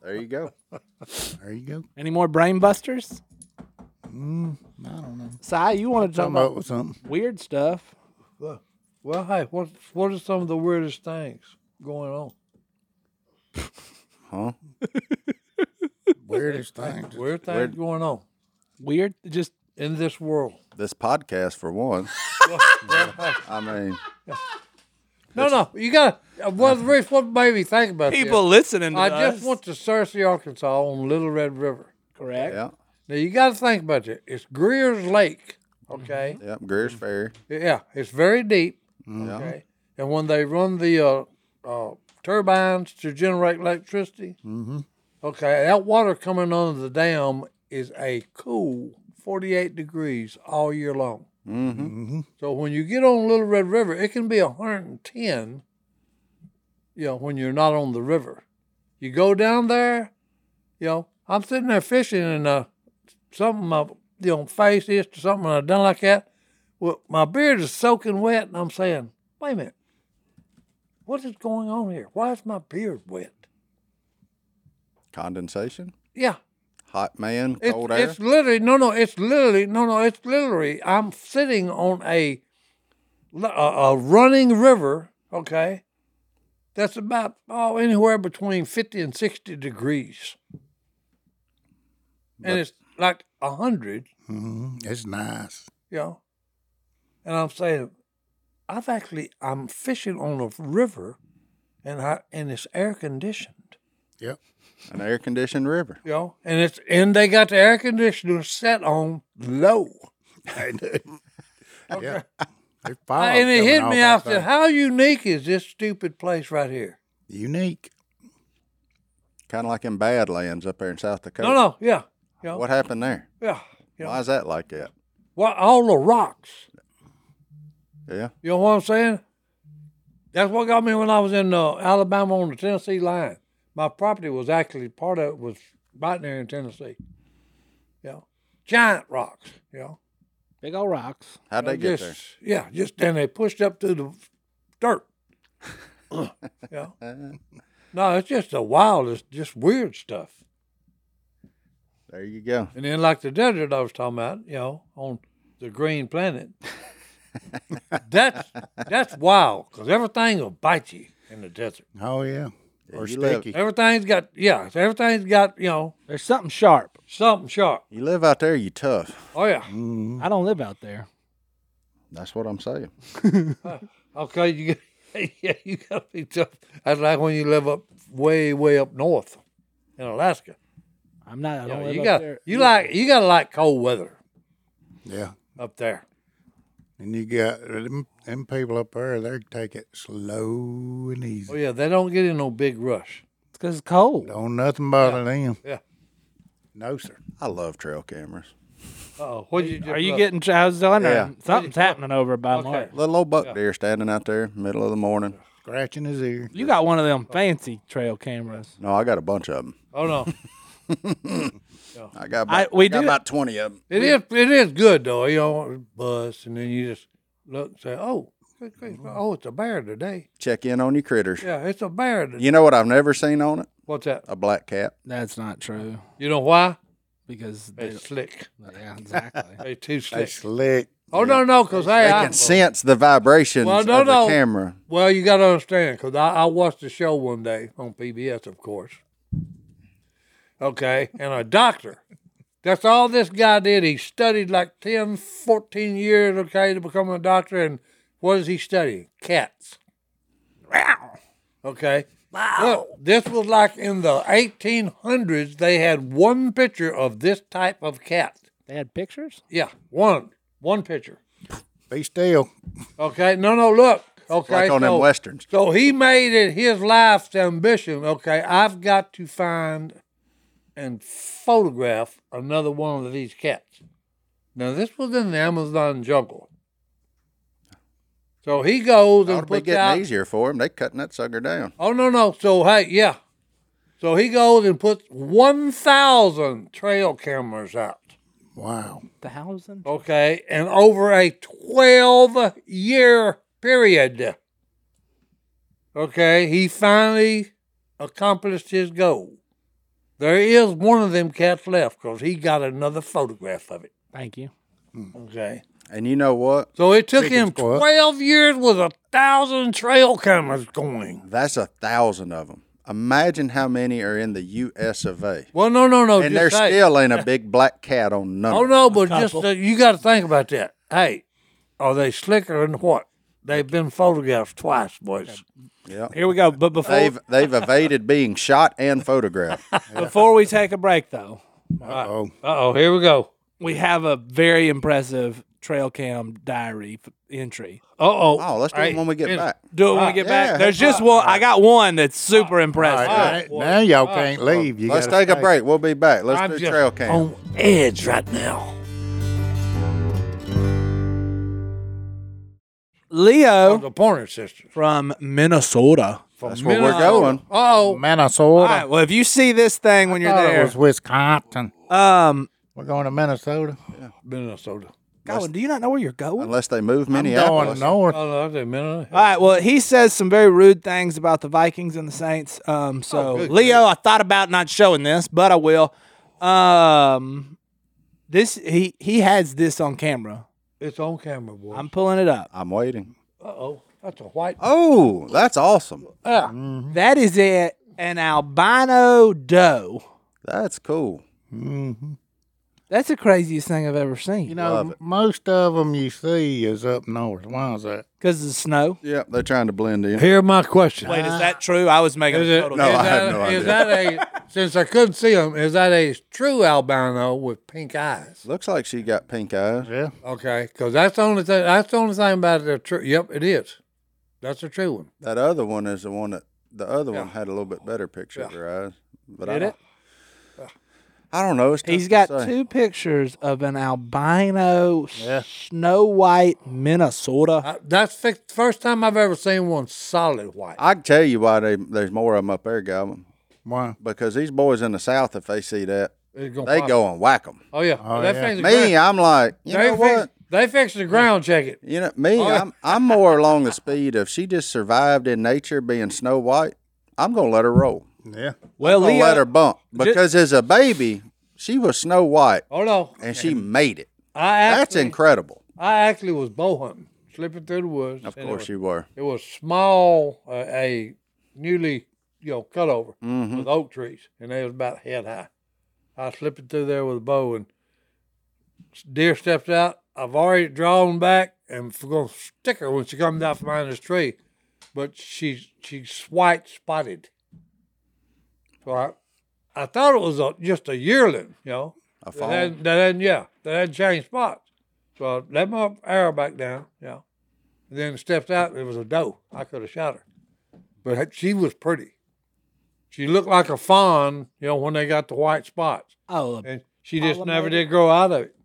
D: There you go.
C: There you go.
B: Any more brain busters?
C: I don't know.
B: Si, you want to talk
C: Come up
B: about
C: with something.
B: weird stuff?
A: Well, hey, what what are some of the weirdest things going on?
D: Huh?
C: Weirdest things.
A: Weird things
D: Weird-
A: going on
B: Weird, just
A: in this world.
D: This podcast for one. I mean,
A: No, no, you got to. What, Rich, what made me think about this?
B: people listening to
A: I
B: us.
A: just went to Searcy, Arkansas on Little Red River.
B: correct.
D: yeah,
A: Now, you got to think about it. It's Greer's Lake, okay?
D: yeah. Greer's Ferry.
A: Yeah, it's very deep.
D: Yeah.
A: Okay. And when they run the uh, uh, turbines to generate electricity, mm-hmm. okay, that water coming under the dam is a cool 48 degrees all year long. Mm-hmm. So when you get on Little Red River, it can be 110, you know, when you're not on the river. You go down there, you know, I'm sitting there fishing and uh, something, my, you know, face itched or something, and I done like that. Well, my beard is soaking wet, and I'm saying, wait a minute, what is going on here? Why is my beard wet?
D: Condensation.
A: Yeah,
D: Hot man.
A: it's,
D: cold air.
A: it's literally no, no, it's literally no, no, it's literally. I'm sitting on a a, a running river, okay, that's about oh anywhere between fifty and sixty degrees, and it's like a hundred
C: hmm It's nice.
A: you know. And I'm saying, I've actually I'm fishing on a river, and I and it's air conditioned,
C: Yep.
D: An air conditioned river.
A: you know, and it's and they got the air conditioner set on low.
C: Yeah. There's
D: Oh,
C: fog
A: and it
C: coming
A: hit
C: off
A: me. I
C: that
A: said,
C: thing.
A: how unique is this stupid place right here?
C: Unique.
D: Kind of like in Badlands up there in South Dakota.
A: No, no, yeah, you know,
D: What happened there?
A: yeah, you know,
D: Why is that like that?
A: Why- all the rocks.
D: Yeah.
A: You know what I'm saying? That's what got me when I was in uh, Alabama on the Tennessee line. My property was actually part of it was right there in Tennessee. You know, giant rocks. You know,
B: Big old rocks.
D: How'd they get
A: just
D: there?
A: yeah, just and they pushed up through the dirt. yeah. No, it's just the wildest, just weird stuff.
D: There you go.
A: And then like the desert I was talking about, you know, on the green planet. that's that's wild because everything will bite you in the desert.
C: Oh yeah. or
D: you live-
C: sticky.
A: Everything's got yeah, everything's got you know
B: There's something sharp.
A: something sharp.
D: You live out there, you tough.
A: Oh yeah.
B: I don't live out there.
D: That's what I'm saying.
A: Okay, you got, yeah, you got to be tough. That's like when you live up way way up north in Alaska.
B: I'm not. I
A: You,
B: don't
A: know,
B: live
A: you
B: up
A: got
B: there.
A: you like you got to like cold weather
C: Yeah.
A: up there.
C: And you got them, them people up there. They take it slow and easy.
A: Oh yeah, they don't get in no big rush.
B: It's because it's cold.
C: Don't nothing bother them.
A: Yeah.
C: No sir.
D: I love trail cameras.
A: Oh, what you just
B: Are you
A: look?
B: getting? I was wondering
D: Yeah.
B: something's happening over by Mark.
D: Little old buck deer standing out there, middle of the morning.
C: Scratching his ear.
B: You got one of them fancy trail cameras.
D: No, I got a bunch of them.
A: Oh no.
D: I got about,
B: I-
D: I,
B: we
D: got
B: do-
D: about 20 of them.
A: It is it is good though, you know, bus and then you just look and say, Oh, good grief, oh, it's a bear today.
D: Check in on your critters.
A: Yeah, it's a bear today.
D: You know what I've never seen on it?
A: What's that?
D: A black cat.
B: That's not true
A: You know why?
B: because they,
A: They slick.
B: yeah, exactly.
A: They too
C: They
A: slick.
C: slick.
A: Oh no, no, because hey,
D: They
A: I,
D: can sense the vibrations
A: Well, no,
D: of the
A: no.
D: camera.
A: well, you got to understand because I, I watched the show one day on PBS, of course. Okay, and a doctor. That's all this guy did. He studied like 10, 14 years, okay, to become a doctor. And what is he studying? Cats. Okay. Wow. Look, this was like in the 1800s. They had one picture of this type of cat.
B: they had pictures.
A: Yeah, one, one picture.
C: Be still.
A: Okay. No, no, look. Okay.
D: like on
A: so,
D: them westerns.
A: So he made it his life's ambition. Okay, I've got to find and photograph another one of these cats. Now this was in the Amazon jungle. So he goes
D: Ought to
A: and
D: be
A: puts
D: getting
A: out.
D: easier for him. They cutting that sucker down.
A: Oh no no. So hey yeah. So he goes and puts one thousand trail cameras out.
C: Wow.
B: Thousand?
A: Okay, and over a twelve year period. Okay, he finally accomplished his goal. There is one of them cats left because he got another photograph of it.
B: Thank you.
A: Okay.
D: And you know what?
A: So it took him
C: squat.
A: 12 years with a thousand trail cameras going.
D: That's a thousand of them. Imagine how many are in the U.S. of A.
A: Well, no, no, no.
D: And
A: Oh, just
D: there
A: say-
D: still ain't a big black cat on none.
A: Oh
D: of them.
A: no, but just uh, you got to think about that. Hey, are they slicker than what? They've been photographed twice, boys.
B: Here we go. But before
D: They've they've evaded being shot and photographed.
A: Oh,
B: before we take a break though,
C: Oh,
A: Uh oh, here we go.
B: we have a very impressive trail cam diary f- entry.
A: Uh oh.
D: Oh, let's do it when we get back.
B: Do it when we get
D: yeah,
B: back. There's just one. I got one that's super impressive.
C: All right, now y'all can't leave. You
D: Let's
C: gotta
D: take a
C: stay.
D: break. We'll be back. Let's
A: I'm
D: do
A: just
D: trail cam.
A: on edge right now.
B: Leo
A: The Pointer Sisters.
B: from Minnesota.
D: That's where we're going.
A: Oh,
B: All
C: Minnesota.
B: right. Well, if you see this thing when you're
C: thought it
B: there,
C: was Wisconsin.
B: um,
C: We're going to Minnesota.
A: Minnesota.
B: Colin, do you not know where you're going?
D: Unless they move
C: Going
D: Minneapolis.
C: north.
A: Oh, no, I said Minnesota.
B: All right. Well, he says some very rude things about the Vikings and the Saints. Um, so
A: good
B: Leo, I thought about not showing this, but I will. Um, this he he has this on camera.
A: It's on camera, boy.
B: I'm pulling it up.
D: I'm waiting.
A: Uh oh. That's a white.
D: Oh, that's awesome.
B: That is a, an albino doe.
D: That's cool.
B: That's the craziest thing I've ever seen.
C: You know, most of them you see is up north. Why is that?
B: Because of the snow.
D: Yeah, they're trying to blend in.
A: Here my question.
B: Wait, is that true? I was making
A: Is
B: a
A: it,
B: total.
D: Uh, No,
A: is
D: I
A: that,
D: have no
A: is that a since I couldn't see him? Is that a true albino with pink eyes?
D: Looks like she got pink eyes.
C: Yeah.
A: Okay, because that's the only thing. That's the only thing about the true. Yep, it is. That's a true one.
D: That other one is the one that the other one had a little bit better picture of her eyes. But I
A: Did
D: don't,
A: it?
D: I don't know. It's tough
B: He's
D: to
B: got
D: say.
B: two pictures of an albino Snow White Minnesota.
A: I, that's the first time I've ever seen one solid white.
D: I can tell you why they, there's more of them up there, Goblin.
C: Why?
D: Because these boys in the South, if they see that,
A: It's gonna
D: they
A: pop.
D: go and whack them.
A: Oh yeah, that
C: yeah.
A: thing's a
D: Me,
A: grand-
D: I'm like, you
A: they
D: know
A: fix,
D: what?
A: They fixed the ground. Check it.
D: You know, me,
A: yeah.
D: I'm I'm more along the speed of she just survived in nature being Snow White. I'm gonna let her roll.
C: Yeah.
B: Well,
D: I'm gonna
B: Leo,
D: let her bump because as a baby, she was Snow White
A: Hold on.
D: and she made it.
A: I
D: That's
A: actually,
D: incredible.
A: I actually was bow hunting, slipping through the woods.
D: Of
A: and it
D: course,
A: was-
D: you were.
A: It was small, uh, a newly, you know, cut over
D: Mm-hmm.
A: with oak trees, and they was about head high. I was slipping through there with a bow, and deer steps out. I've already drawn back, and f- gonna stick her when she comes out from behind this tree, but she's she's white spotted. So I, I thought it was a, just a yearling, you know.
D: A
A: That
D: fawn.
A: hadn't, that hadn't, yeah, that hadn't changed spots. So I let my arrow back down, yeah. And then stepped out. It was a doe. I could have shot her, but he- she was pretty. She looked like a fawn, you know, when they got the white spots,
B: oh,
A: and she just never did grow out of it.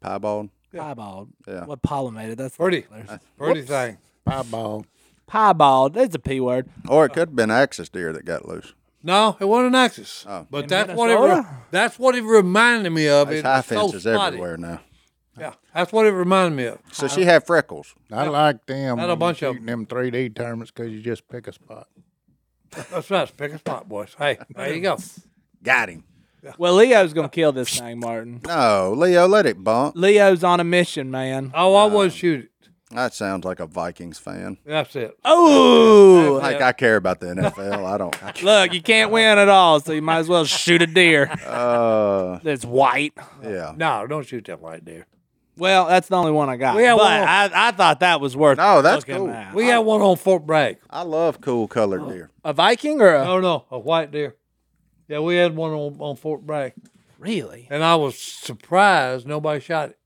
D: Piebald.
B: piebald.
D: Yeah.
B: What pollinated? That's the
A: Pretty.
B: colors.
A: Pretty thing.
C: Piebald.
B: Piebald. That's a p word.
D: Or it could have been Axis deer that got loose.
A: No, it wasn't an axis. But that's what, it re-
B: Minnesota?
A: that's what it reminded me of.
D: Oh. There's
A: It
D: high
A: was so
D: fences
A: spotted.
D: everywhere now.
A: Yeah, that's what it reminded me of.
D: So she had freckles.
C: I like
A: Not a
C: them. when you're
A: bunch of
C: shooting them 3D tournaments because you just pick a spot.
A: That's right. Pick a spot, boys. Hey, there you go.
D: Got him.
B: Well, Leo's gonna kill this thing, Martin.
D: No, Leo, let it bump.
B: Leo's on a mission, man.
A: Oh, I
D: Um,
A: was shooting.
D: That sounds like a Vikings fan.
A: That's it.
B: Oh,
D: Like I care about the NFL. I don't. I can't.
B: look, you can't win at all, so you might as well shoot a deer
D: Uh,
B: that's white.
D: yeah.
A: No, don't shoot that white deer.
B: Well, that's the only one I got.
A: We had
B: but
A: one-
B: I, I thought that was worth.
D: No, that's
B: looking
D: cool.
B: at.
A: We had one on Fort Bragg.
D: I love cool colored deer.
B: A Viking or a
A: No, no, a white deer. Yeah, we had one on, on Fort Bragg,
B: really?
A: and I was surprised nobody shot it.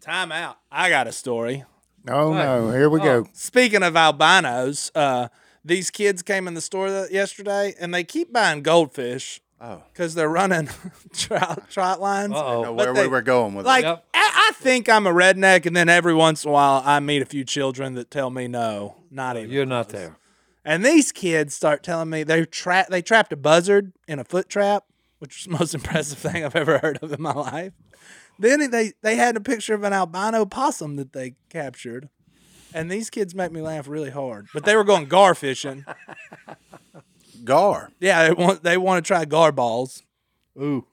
B: Time out. I got a story.
C: Oh, no. Here we go.
B: Speaking of albinos, uh, these kids came in the store th- yesterday and they keep buying goldfish.
D: Oh.
B: because they're running trout, trout lines.
A: Uh-oh.
D: Know where
B: Oh, they-
D: we were going with
B: Like,
D: it.
A: Yep.
B: I, I think I'm a redneck, and then every once in a while, I meet a few children that tell me no, not even.
A: You're not there.
B: And these kids start telling me they tra- they trapped a buzzard in a foot trap, which was the most impressive thing I've ever heard of in my life. Then they they had a picture of an albino possum that they captured. And these kids make me laugh really hard. But they were going gar fishing.
D: Gar.
B: Yeah, they want they want to try gar balls.
A: Ooh.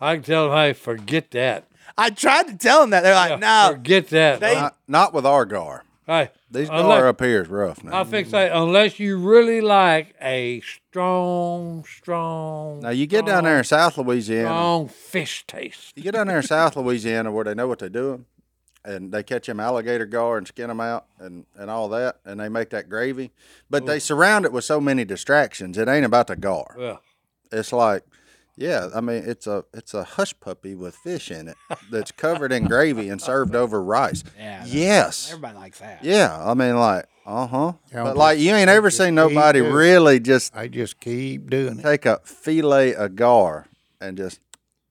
A: I can tell them, hey, forget that.
B: I tried to tell them that. They're like, no.
A: Forget that.
B: They-
D: Not, not with our gar.
A: hey,
D: These gar
A: unless,
D: up here is rough now.
A: I fix that. Unless you really like a strong, strong,
D: now you get down
B: Oh.
D: there in South Louisiana.
A: strong fish taste.
D: You get down there in South Louisiana where they know what they're doing, and they catch them alligator gar and skin them out and, and all that, and they make that gravy.
G: Mm.
D: But they surround it with so many distractions. It ain't about the gar.
A: Well,
D: It's like, yeah, I mean, it's a it's a hush puppy with fish in it that's covered in gravy and served over rice.
G: Yeah, that's-
D: yes.
G: Everybody likes that.
D: Yeah, I mean, like, uh huh.
C: Yeah,
D: But
C: but
D: like, you ain't ever seen nobody
C: good.
D: really just
C: They just keep doing it.
D: take a filet of gar and just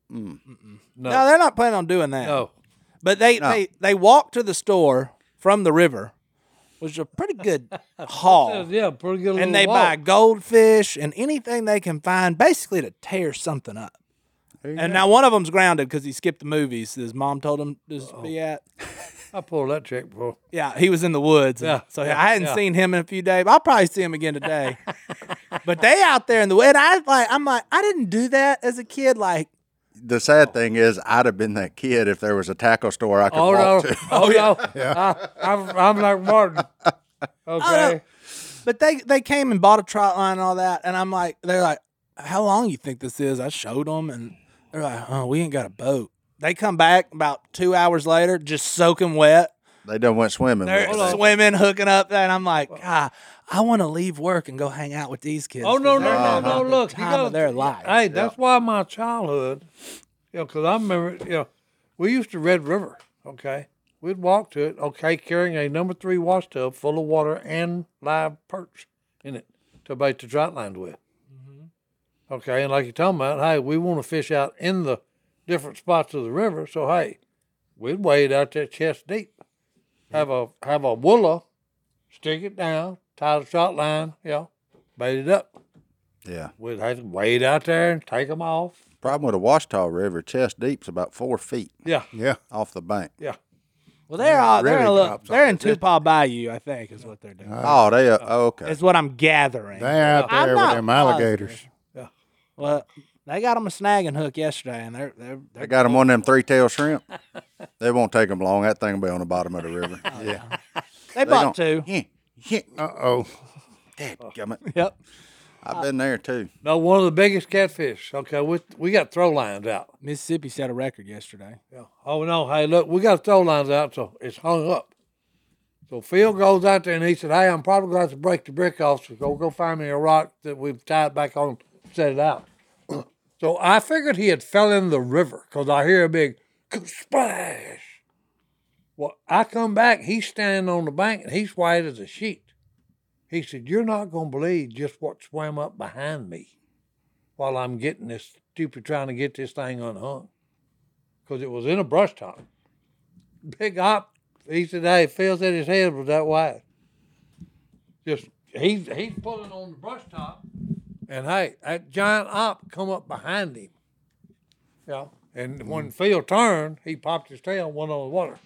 A: no,
B: No,
A: no.
B: they're not planning on doing that.
A: oh,
B: But they,
D: No.
B: they they walk to the store from the river, which is a pretty good haul.
A: Yeah, pretty good. little
B: and they
A: walk.
B: buy goldfish and anything they can find, basically to tear something up. And now one of them's grounded because he skipped the movies that his mom told him to
A: Oh.
B: be at.
A: I pulled that trick before.
B: Yeah, he was in the woods, and
A: Yeah,
B: so
A: yeah,
B: I hadn't
A: yeah.
B: seen him in a few days. I'll probably see him again today. but they out there in the woods. I like, I'm like, I didn't do that as a kid. Like,
D: The sad thing is, I'd have been that kid if there was a tackle store I could
A: Oh no!
D: walk to.
A: Oh no! I, I'm, I'm like Martin. Okay.
B: but they they came and bought a trout line and all that, and I'm like, they're like, how long you think this is? I showed them, and they're like, oh, we ain't got a boat. They come back about two hours later, just soaking wet.
D: They done went swimming.
B: They're
D: with it.
B: swimming, hooking up, and I'm like, God, I want to leave work and go hang out with these kids.
A: Oh no! No!
B: 'cause they're
A: No!
B: having
A: No!
B: the
A: Look,
B: Uh-huh. time
A: gotta-
B: of their life.
A: Hey, that's why my childhood. You know, 'cause I remember. You know, we used to Red River. Okay, we'd walk to it. Okay, carrying a number three wash tub full of water and live perch in it to bait the trout lines with. Okay, and like you're talking about, hey, we want to fish out in the different spots of the river. So hey, we'd wade out there chest deep, have a have a wooler, stick it down, tie the trout line, you know, bait it up.
D: Yeah.
A: We'd have to wade out there and take them off.
D: Problem with the Washita River, chest deep's about four feet
A: Yeah,
C: Yeah.
D: off the bank.
A: yeah.
B: Well, they're all they're
C: really
B: in a little,
C: drops
B: they're in Tupac Bayou, I think, is what they're doing.
D: Oh, they. Uh, oh, okay.
B: Is what I'm gathering.
C: They out
B: I'm
C: there with
B: not
C: them alligators.
B: well, they got them a snagging hook yesterday, and they're they're,
D: I
B: they're
D: got them on them three tail shrimp. They won't take them long. That thing will be on the bottom of the river. Yeah.
B: they bought two.
D: Yeah. Yeah.
C: Uh oh.
A: Oh.
D: Dadgummit.
B: Yep.
D: I've been there too.
A: No, one of the biggest catfish. Okay, we we got throw lines out.
B: Mississippi set a record yesterday.
A: Yeah. Oh no, hey, look, we got throw lines out, so it's hung up. So Phil goes out there and he said, "Hey, I'm probably going to have to break the brick off. So go go find me a rock that we've tied back on, set it out." so I figured he had fell in the river because I hear a big splash. Well, I come back, he's standing on the bank and he's white as a sheet. He said, You're not going to believe just what swam up behind me while I'm getting this stupid trying to get this thing unhung because it was in a brush top. Big hop. He said, "Hey, Phil said his head was that wide. Just he's he's pulling on the brush top, and hey, that giant op come up behind him. Yeah, and when Phil turned, he popped his tail and went on the water.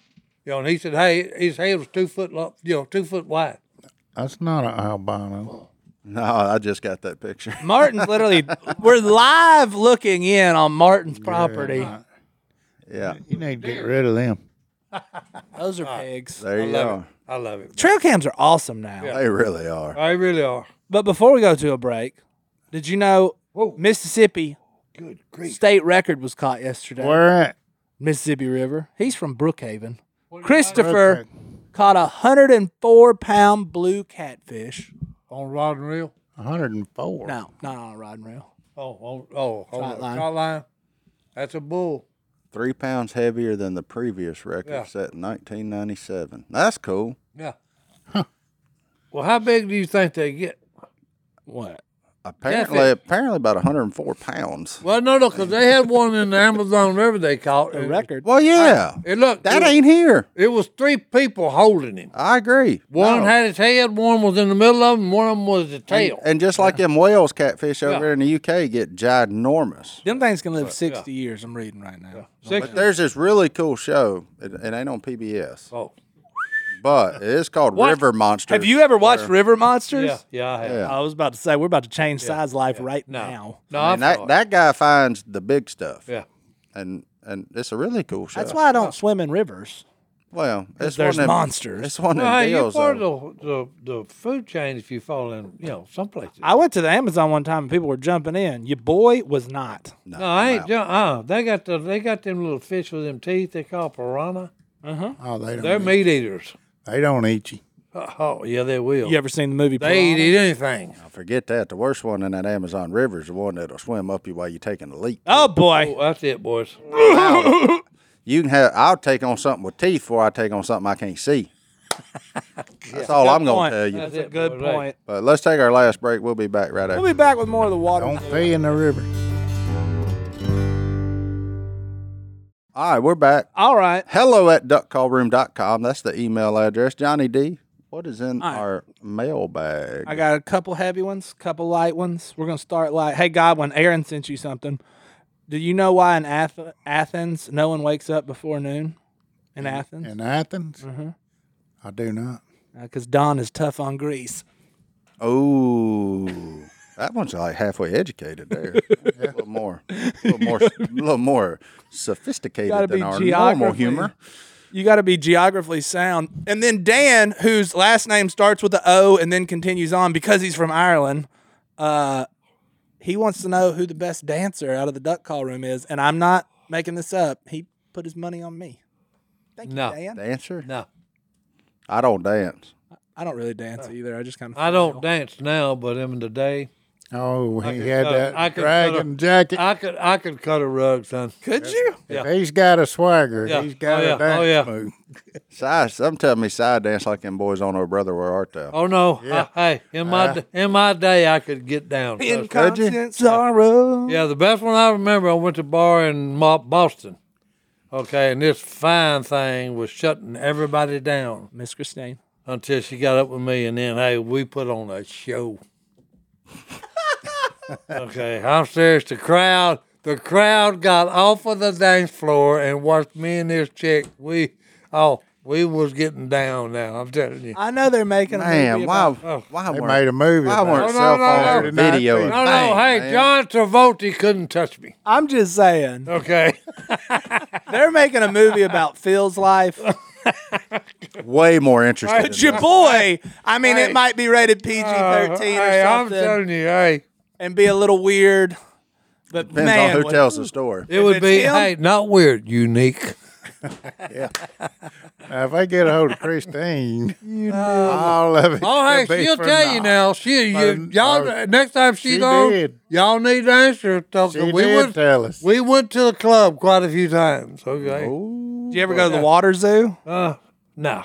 A: You know, and he said, "Hey, his head was two foot long, you know, two foot wide."
C: That's not an albino.
D: No, I just got that picture.
B: Martin's literally we're live looking in on Martin's property.
D: Yeah.
C: You need to get rid of them.
B: Those are pigs.
D: There
A: I
D: you
A: love
D: are.
A: it. Uh. I love it.
B: Trail cams are awesome now.
D: They really are.
A: I really are.
B: But before we go to a break, did you know
A: Whoa.
B: Mississippi
A: Good grief.
B: state record was caught yesterday?
C: Where at?
B: Mississippi River. He's from Brookhaven. Christopher
C: Okay.
B: caught a hundred and four pound blue catfish.
A: On rod and reel.
C: 104.
B: No, not on a rod and reel.
A: Oh, oh, oh, oh
B: Trot line.
A: trot line. That's a bull.
D: Three pounds heavier than the previous record
A: Yeah.
D: set in 1997. That's cool.
A: Yeah. Well, how big do you think they get?
B: What?
D: Apparently, apparently about 104 pounds.
A: Well, no, no, because they had one in the Amazon River they caught.
B: The
A: and-
B: record.
D: Well, yeah,
A: And look,
D: that
A: it,
D: ain't here.
A: It was three people holding him.
D: I agree.
A: One
D: No.
A: had his head, one was in the middle of him, one of them was the tail.
D: and just like them whales catfish over in the UK get ginormous.
B: Them things can live 60 years. I'm reading right now.
A: Six.
D: But there's this really cool show. It, it ain't on PBS,
A: Oh,
D: but it is called
B: What?
D: River Monster.
B: Have you ever watched River Monsters?
A: yeah, yeah, I have.
D: Yeah.
B: I was about to say we're about to change size life right now.
A: No,
D: And
A: I
D: that, that guy finds the big stuff.
A: Yeah.
D: And and it's a really cool show.
B: That's why I don't swim in rivers.
D: Well, it's
B: there's
D: one of them-
B: monsters.
D: It's one of
A: Well,
D: them
A: hey, you're
D: deals.
A: part
D: though.
A: of the, the, the food chain if you fall in, you know, some places.
B: I went to the Amazon one time and people were jumping in. Your boy was not.
A: no, I ain't. ju- Uh, they got the they got them little fish with them teeth. They call piranha.
C: Oh, they
A: They're
C: don't.
B: Mm-hmm.
C: Eat,
A: meat eaters.
C: they don't eat you.
A: Oh yeah, they will.
B: You ever seen the movie?
A: they ain't eat
B: Piranha?
A: anything.
D: Forget that. The worst one in that Amazon River is the one that'll swim up you while you're taking a leak.
B: Oh boy,
A: Oh, that's it, boys.
D: You can have. I'll take on something with teeth before I take on something I can't see. That's all I'm
B: point.
D: going to tell you.
B: that's a good
A: Oh, boy,
B: point.
A: right.
D: But let's take our last break. We'll be back right after.
B: We'll be back with more of the water.
C: Don't pee in the river.
D: All right, we're back.
B: All right,
D: Hello at duckcallroom.com. That's the email address. Johnny D, what is in our mailbag?
B: I got a couple heavy ones, couple light ones. We're gonna start light. Hey Godwin, Aaron sent you something. Do you know why in Ath- Athens no one wakes up before noon? In Athens,
C: In Athens?
A: Mm-hmm.
C: I do not.
B: because Don is tough on Greece.
D: oh, that one's like halfway educated there. A little more, a little more, a little more
B: Gotta
D: sophisticated
B: be
D: than our normal
B: geography.
D: humor.
B: You got to be geographically sound. And then Dan, whose last name starts with a O and then continues on because he's from Ireland, uh, he wants to know who the best dancer out of the duck call room is. And I'm not making this up. He put his money on me. Thank you,
A: No.
B: Dan.
D: Dancer?
A: No,
D: I don't dance.
B: I don't really dance either. I just kind of.
A: I don't dance now, but in the day,
C: Oh, he
A: could
C: had
A: cut-
C: that
A: I could cut
C: dragon
A: a-
C: jacket.
A: I could I could cut a rug, son.
B: Could you?
A: yeah.
C: If he's got a swagger,
A: Yeah.
C: he's got
A: Oh, yeah.
C: a dance
A: Oh, yeah.
C: move.
D: Side, some tell me side dance like them boys on our brother. Where art thou?
A: Oh no! I- hey, in my d in my day, I could get down. Trust me.
B: Inconstant sorrow.
A: Yeah, the best one I remember, I went to a bar in Mo- Boston. Okay, and this fine thing was shutting everybody down
B: Miss Christine.
A: until she got up with me, and then hey, we put on a show. okay, I'm serious. The crowd, the crowd got off of the dance floor and watched me and this chick. We, oh, we was getting down. Now I'm telling you.
B: I know they're making a
D: Man,
B: movie
D: why,
B: about-
D: why,
C: They
D: weren't-
C: made a movie.
D: why
C: about
D: weren't
C: it.
A: no,
D: cell
A: no,
D: phones
A: no.
D: or video? and
A: No, no,
D: thing,
A: hey,
D: man?
A: John Travolta couldn't touch me.
B: I'm just saying.
A: Okay.
B: They're making a movie about Phil's life.
D: way more interested.
B: It's
D: in
B: your boy. I mean,
A: Hey. Uh,
B: it might be rated PG thirteen
A: hey,
B: or
A: I'm
B: something,
A: telling you, hey.
B: and be a little weird. But
D: Depends
B: man,
D: on who
B: what-
D: tells the story.
A: It would
B: it's
A: be
B: him-
A: hey, not weird, unique.
C: Now, if I get a hold of Christine,
A: Uh,
C: all of it.
A: Oh hey,
C: could be
A: she'll
C: for
A: tell you
C: naught.
A: now. She you,
C: Pardon?
A: y'all
C: Oh,
A: next time she's
C: she
A: on,
C: did.
A: y'all need to answer. Talk,
C: She
A: we
C: did
A: went
C: tell us.
A: we went to the club quite a few times. Okay,
B: Did you ever go to the water zoo?
A: no,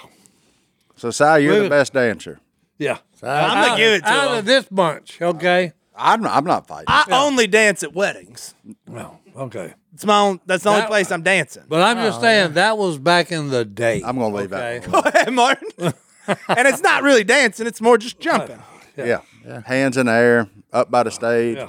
D: So, Sai,
A: Wait
D: you're
A: a
D: the
A: minute.
D: best dancer.
A: yeah,
C: I,
B: I'm gonna give it to
A: out
B: him.
A: of this bunch. Okay,
D: I'm, I'm not fighting.
B: I only dance at weddings.
A: well, okay,
B: It's my own. That's the only
A: That-
B: place I'm dancing.
A: but I'm just saying that was back in the day.
D: I'm going to leave that.
A: Okay.
D: one.
B: Hey, Martin. and it's not really dancing. It's more just jumping.
D: Yeah. Hands in the air, up by the stage,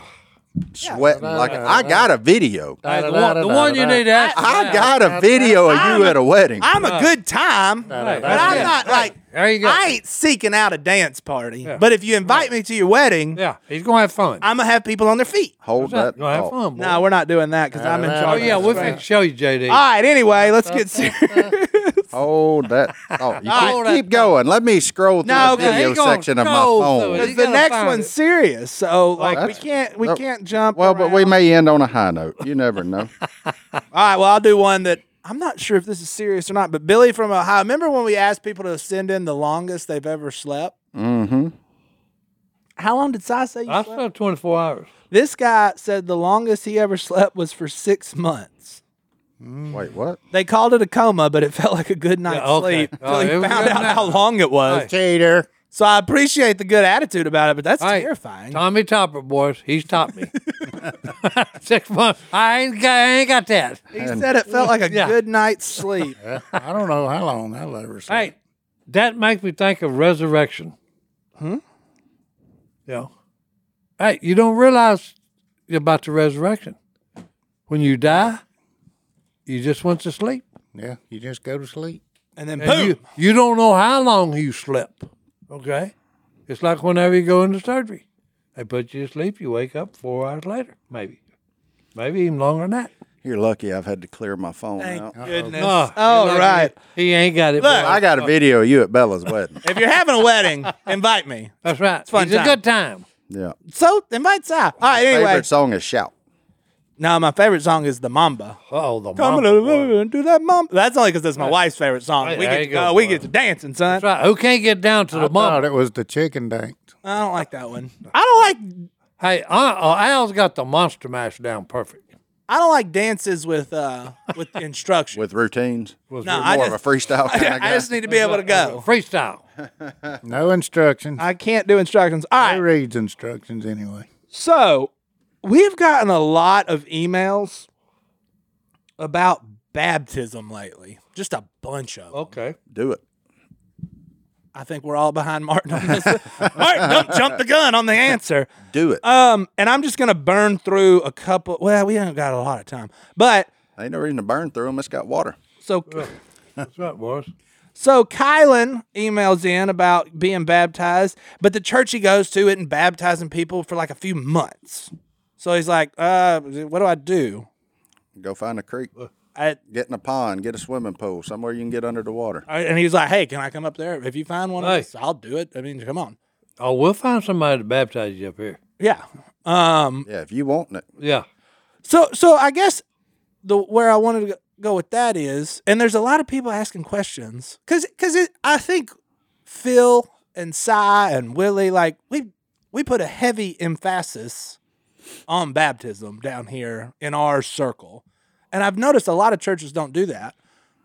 D: sweating. like I got a video.
A: Hey, the, one, the one you need to ask.
D: I got a video of you at a wedding.
B: I'm a good time, but I'm not like.
A: There you go.
B: I ain't seeking out a dance party. But if you invite me to your wedding,
A: yeah, he's gonna have fun.
B: I'm gonna have people on their feet.
D: Hold that.
A: gonna have
D: thought.
A: fun. Boy.
B: No, we're not doing that because I'm in
A: oh
B: charge.
A: yeah, we're gonna show you, JD.
B: All right. Anyway, let's get serious.
D: Hold that. thought. You
A: Hold
D: keep,
A: that
D: keep going. Let me scroll through
B: No,
D: the
A: 'cause he
D: video
A: gonna
D: section of my
A: scroll through it.
D: phone.
A: You
B: the
A: gotta
B: next
A: find
B: one's
A: it.
B: serious, so like we
D: Oh, that's-
B: can't we
D: no.
B: can't jump.
D: Well, but we
B: around.
D: may end on a high note. You never know.
B: all right. Well, I'll do one that I'm not sure if this is serious or not. But Billy from Ohio, remember when we asked people to send in the longest they've ever slept?
D: Mm-hmm.
B: How long did Si say you
A: I
B: slept?
A: slept 24 hours.
B: This guy said the longest he ever slept was for six months.
D: Wait, what?
B: They called it a coma, but it felt like a good night's
A: okay.
B: sleep
A: All
B: until
A: right, it
B: he
A: was
B: found
A: good
B: out
A: night.
B: how long it was.
C: Cheater.
B: So I appreciate the good attitude about it, but that's
A: Hey,
B: terrifying.
A: Tommy Topper, boys, he's topped me. Six months. I ain't got, I ain't got that.
B: he said it felt like a
A: Yeah.
B: good night's sleep.
C: Yeah, I don't know how long that'll ever
A: Hey, that makes me think of resurrection. Hmm? Yeah. Hey, you don't realize about the resurrection. When you die, you just went to sleep.
C: Yeah, you just go to sleep.
B: And then
A: And
B: boom.
A: you, you don't know how long you slept. Okay? It's like whenever you go into surgery. They put you to sleep, you wake up four hours later, maybe. Maybe even longer than that.
D: You're lucky I've had to clear my phone out.
B: Goodness.
A: Oh,
B: All right.
A: He ain't got it. boy.
D: I got a video of you at Bella's wedding.
B: If you're having a wedding, invite me.
A: That's right.
B: fun
A: it's
B: time.
A: a good time.
D: Yeah.
B: So invite Si. All right, anyway.
D: Favorite song is Shout.
B: No, my favorite song is the Mamba.
A: Oh, the
B: Come
A: mama,
B: to
A: boy.
B: the- do that Mamba. That's only because that's my wife's favorite song.
A: Hey,
B: we
A: there
B: get
A: you
B: to,
A: go,
B: uh, we
A: boy.
B: get to dancing, son.
A: That's right. Who can't get down to the
C: Thought
A: mama?
C: it was the chicken dank.
B: I don't like that one. I don't like
A: Hey, uh, uh, Al's got the monster mash down perfect.
B: I don't like dances with uh with instruction.
D: with routines. Was
B: No, I
D: more
B: just-
D: of a freestyle kind of guy.
B: I just need to be able to go.
A: Freestyle.
C: No instructions.
B: I can't do instructions. All
C: I
B: right.
C: reads instructions anyway.
B: So we've gotten a lot of emails about baptism lately. Just a bunch of. 'em.
A: Okay.
D: Do it.
B: I think we're all behind Martin on this. Martin, don't jump the gun on the answer.
D: Do it.
B: Um, and I'm just gonna burn through a couple. Well, we haven't got a lot of time, but
D: Ain't no reason to burn through them. It's got water.
B: so
A: That's right, boys.
B: so Kylan emails in about being baptized, but the church he goes to isn't baptizing people for like a few months. So he's like, uh, what do I do?
D: Go find a creek.
B: I,
D: Get in a pond. Get a swimming pool. Somewhere you can get under the water.
B: I- and he's like, hey, can I come up there? If you find one, of
A: Hey.
B: us, I'll do it. I mean, come on.
A: Oh, we'll find somebody to baptize you up here.
B: Yeah. Um,
D: Yeah, if you want it.
A: Yeah.
B: So so I guess the where I wanted to go- go with that is, and there's a lot of people asking questions because because I think Phil and Cy and Willie like we we put a heavy emphasis on baptism down here in our circle, and I've noticed a lot of churches don't do that.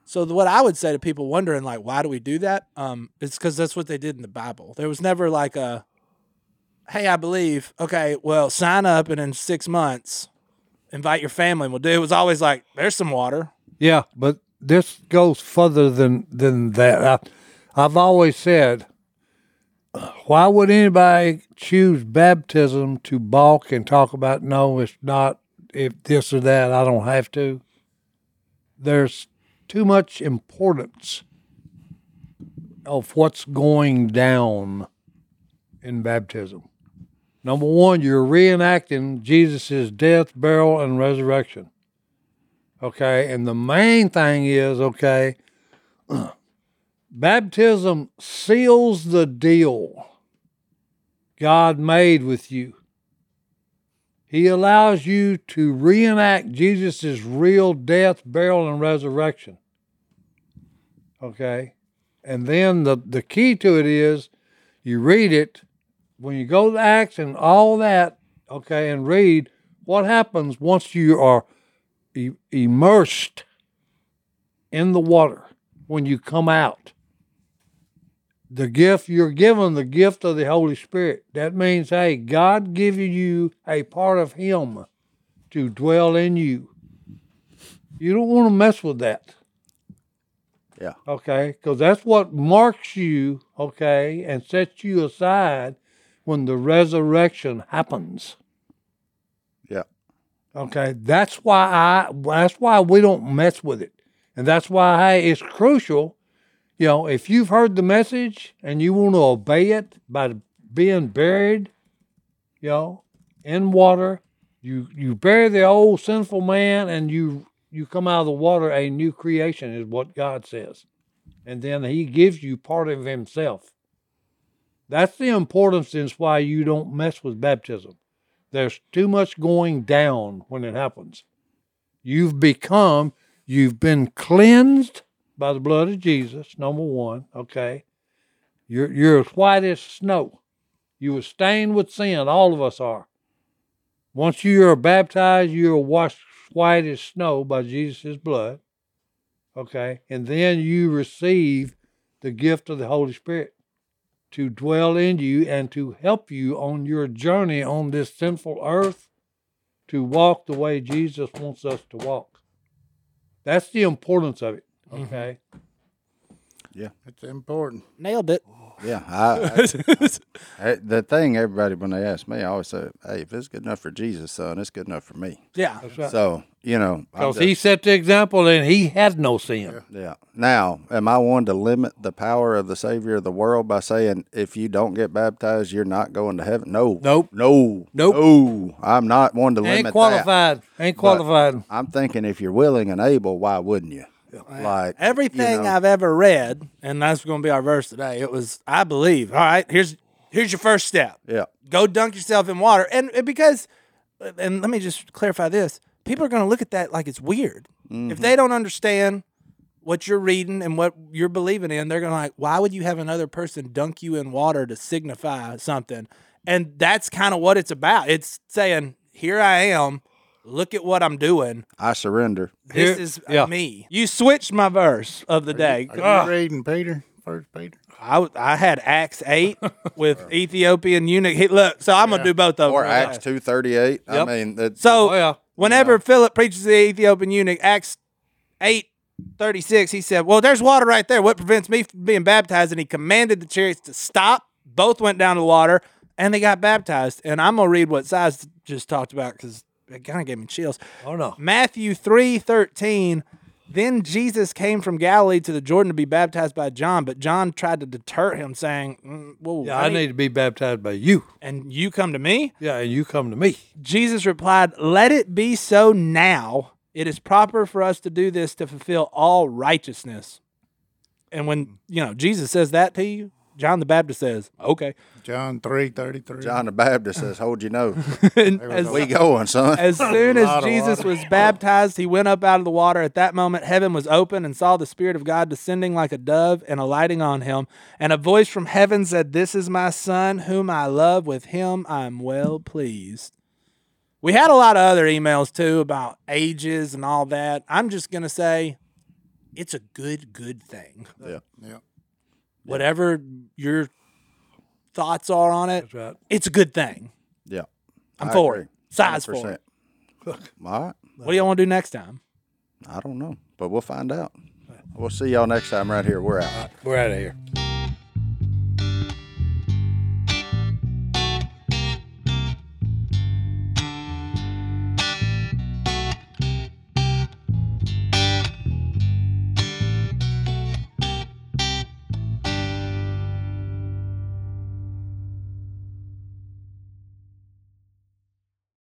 B: So the, what I would say to people wondering like why do we do that? Um, it's because that's what they did in the Bible. There was never like a hey I believe okay well sign up and in six months invite your family. Well, dude, it was always like, there's some water.
A: Yeah, but this goes further than than that. I, I've always said, why would anybody choose baptism to balk and talk about? No, it's not. If this or that, I don't have to. There's too much importance of what's going down in baptism. Number one, you're reenacting Jesus' death, burial, and resurrection. Okay. And the main thing is, okay, baptism seals the deal God made with you. He allows you to reenact Jesus' real death, burial, and resurrection. Okay. And then the, the key to it is you read it. When you go to Acts and all that, okay, and read what happens once you are e- immersed in the water when you come out. The gift you're given, the gift of the Holy Spirit. That means, hey, God giving you a part of Him to dwell in you. You don't want to mess with that.
D: Yeah.
A: Okay. Because that's what marks you, okay, and sets you aside when the resurrection happens.
D: Yeah.
A: Okay, that's why I. That's why we don't mess with it, and that's why hey, it's crucial. You know, if you've heard the message and you want to obey it by being buried, you know, in water, you you bury the old sinful man, and you you come out of the water a new creation is what God says, and then He gives you part of Himself. That's the importance. Is why you don't mess with baptism. There's too much going down when it happens. You've become, you've been cleansed by the blood of Jesus, number one, okay? You're, you're as white as snow. You were stained with sin. All of us are. Once you are baptized, you are washed white as snow by Jesus' blood, okay? And then you receive the gift of the Holy Spirit to dwell in you and to help you on your journey on this sinful earth to walk the way Jesus wants us to walk. That's the importance of it. Okay.
C: It's important.
B: Nailed it.
D: Yeah, I, I- I- the thing everybody when they ask me, I always say, "Hey, if it's good enough for Jesus, son, it's good enough for me."
B: Yeah.
A: Right.
D: So you know, I'm
A: Because
D: just-
A: he set the example and he had no sin.
D: yeah. Now, am I one to limit the power of the Savior of the world by saying if you don't get baptized, you're not going to heaven? No,
A: Nope.
D: no,
A: Nope.
D: no. I'm not one to
A: Ain't
D: limit that.
A: qualified. Ain't qualified.
D: I'm thinking if you're willing and able, why wouldn't you? Like
B: Everything
D: you know,
B: I've ever read, and that's going to be our verse today. It was, I believe. All right, here's here's your first step.
D: yeah.
B: Go dunk yourself in water, and and because, and let me just clarify this: people are going to look at that like it's weird if they don't understand what you're reading and what you're believing in. They're going to like, why would you have another person dunk you in water to signify something? And that's kind of what it's about. It's saying, here I am. Look at what I'm doing.
D: I surrender.
B: This
A: Here-
B: is uh,
A: yeah.
B: me. You switched my verse of the day.
C: Are you reading Peter? First Peter.
B: I, w- I had Acts 8 with Ethiopian eunuch. He, look, so I'm going to do both of them.
D: Or
B: real
D: Acts
B: fast.
D: two thirty eight.
B: Oh, Yep.
D: I mean, that,
B: So
A: Oh, yeah.
B: whenever Philip preaches to the Ethiopian eunuch, Acts 8 36, he said, Well, there's water right there. What prevents me from being baptized? And he commanded the chariots to stop. Both went down to the water and they got baptized. And I'm going to read what Size just talked about because it kind of gave me chills.
A: Oh,
B: Mm-hmm.
A: no.
B: Matthew three thirteen. Then Jesus came from Galilee to the Jordan to be baptized by John, but John tried to deter him, saying, "Mm, Whoa,
A: Yeah,
B: I
A: I
B: need-
A: need to be baptized by you.
B: and you come to me?
A: Yeah, and you come to me.
B: Jesus replied, Let it be so now. It is proper for us to do this to fulfill all righteousness. And when, you know, Jesus says that to you, John the Baptist says, Okay.
C: John three thirty three.
D: John the Baptist says, "Hold your nose."
B: And as-
D: we going, son.
B: As soon as
C: lot of
B: Jesus
C: water.
B: was baptized, he went up out of the water. At that moment, heaven was open and saw the Spirit of God descending like a dove and alighting on him. And a voice from heaven said, This is my Son, whom I love. With him I am well pleased. We had a lot of other emails too about ages and all that. I'm just going to say it's a good, good thing.
D: Yeah.
C: Yeah.
B: Whatever your thoughts are on it,
A: That's right.
B: it's a good thing.
D: yeah,
B: I'm
D: I
B: for
D: agree.
B: it. Size for it.
D: 100%. All right.
B: What do y'all want to do next time?
D: I don't know, but we'll find out. We'll see y'all next time right here. We're out.
A: We're out of here.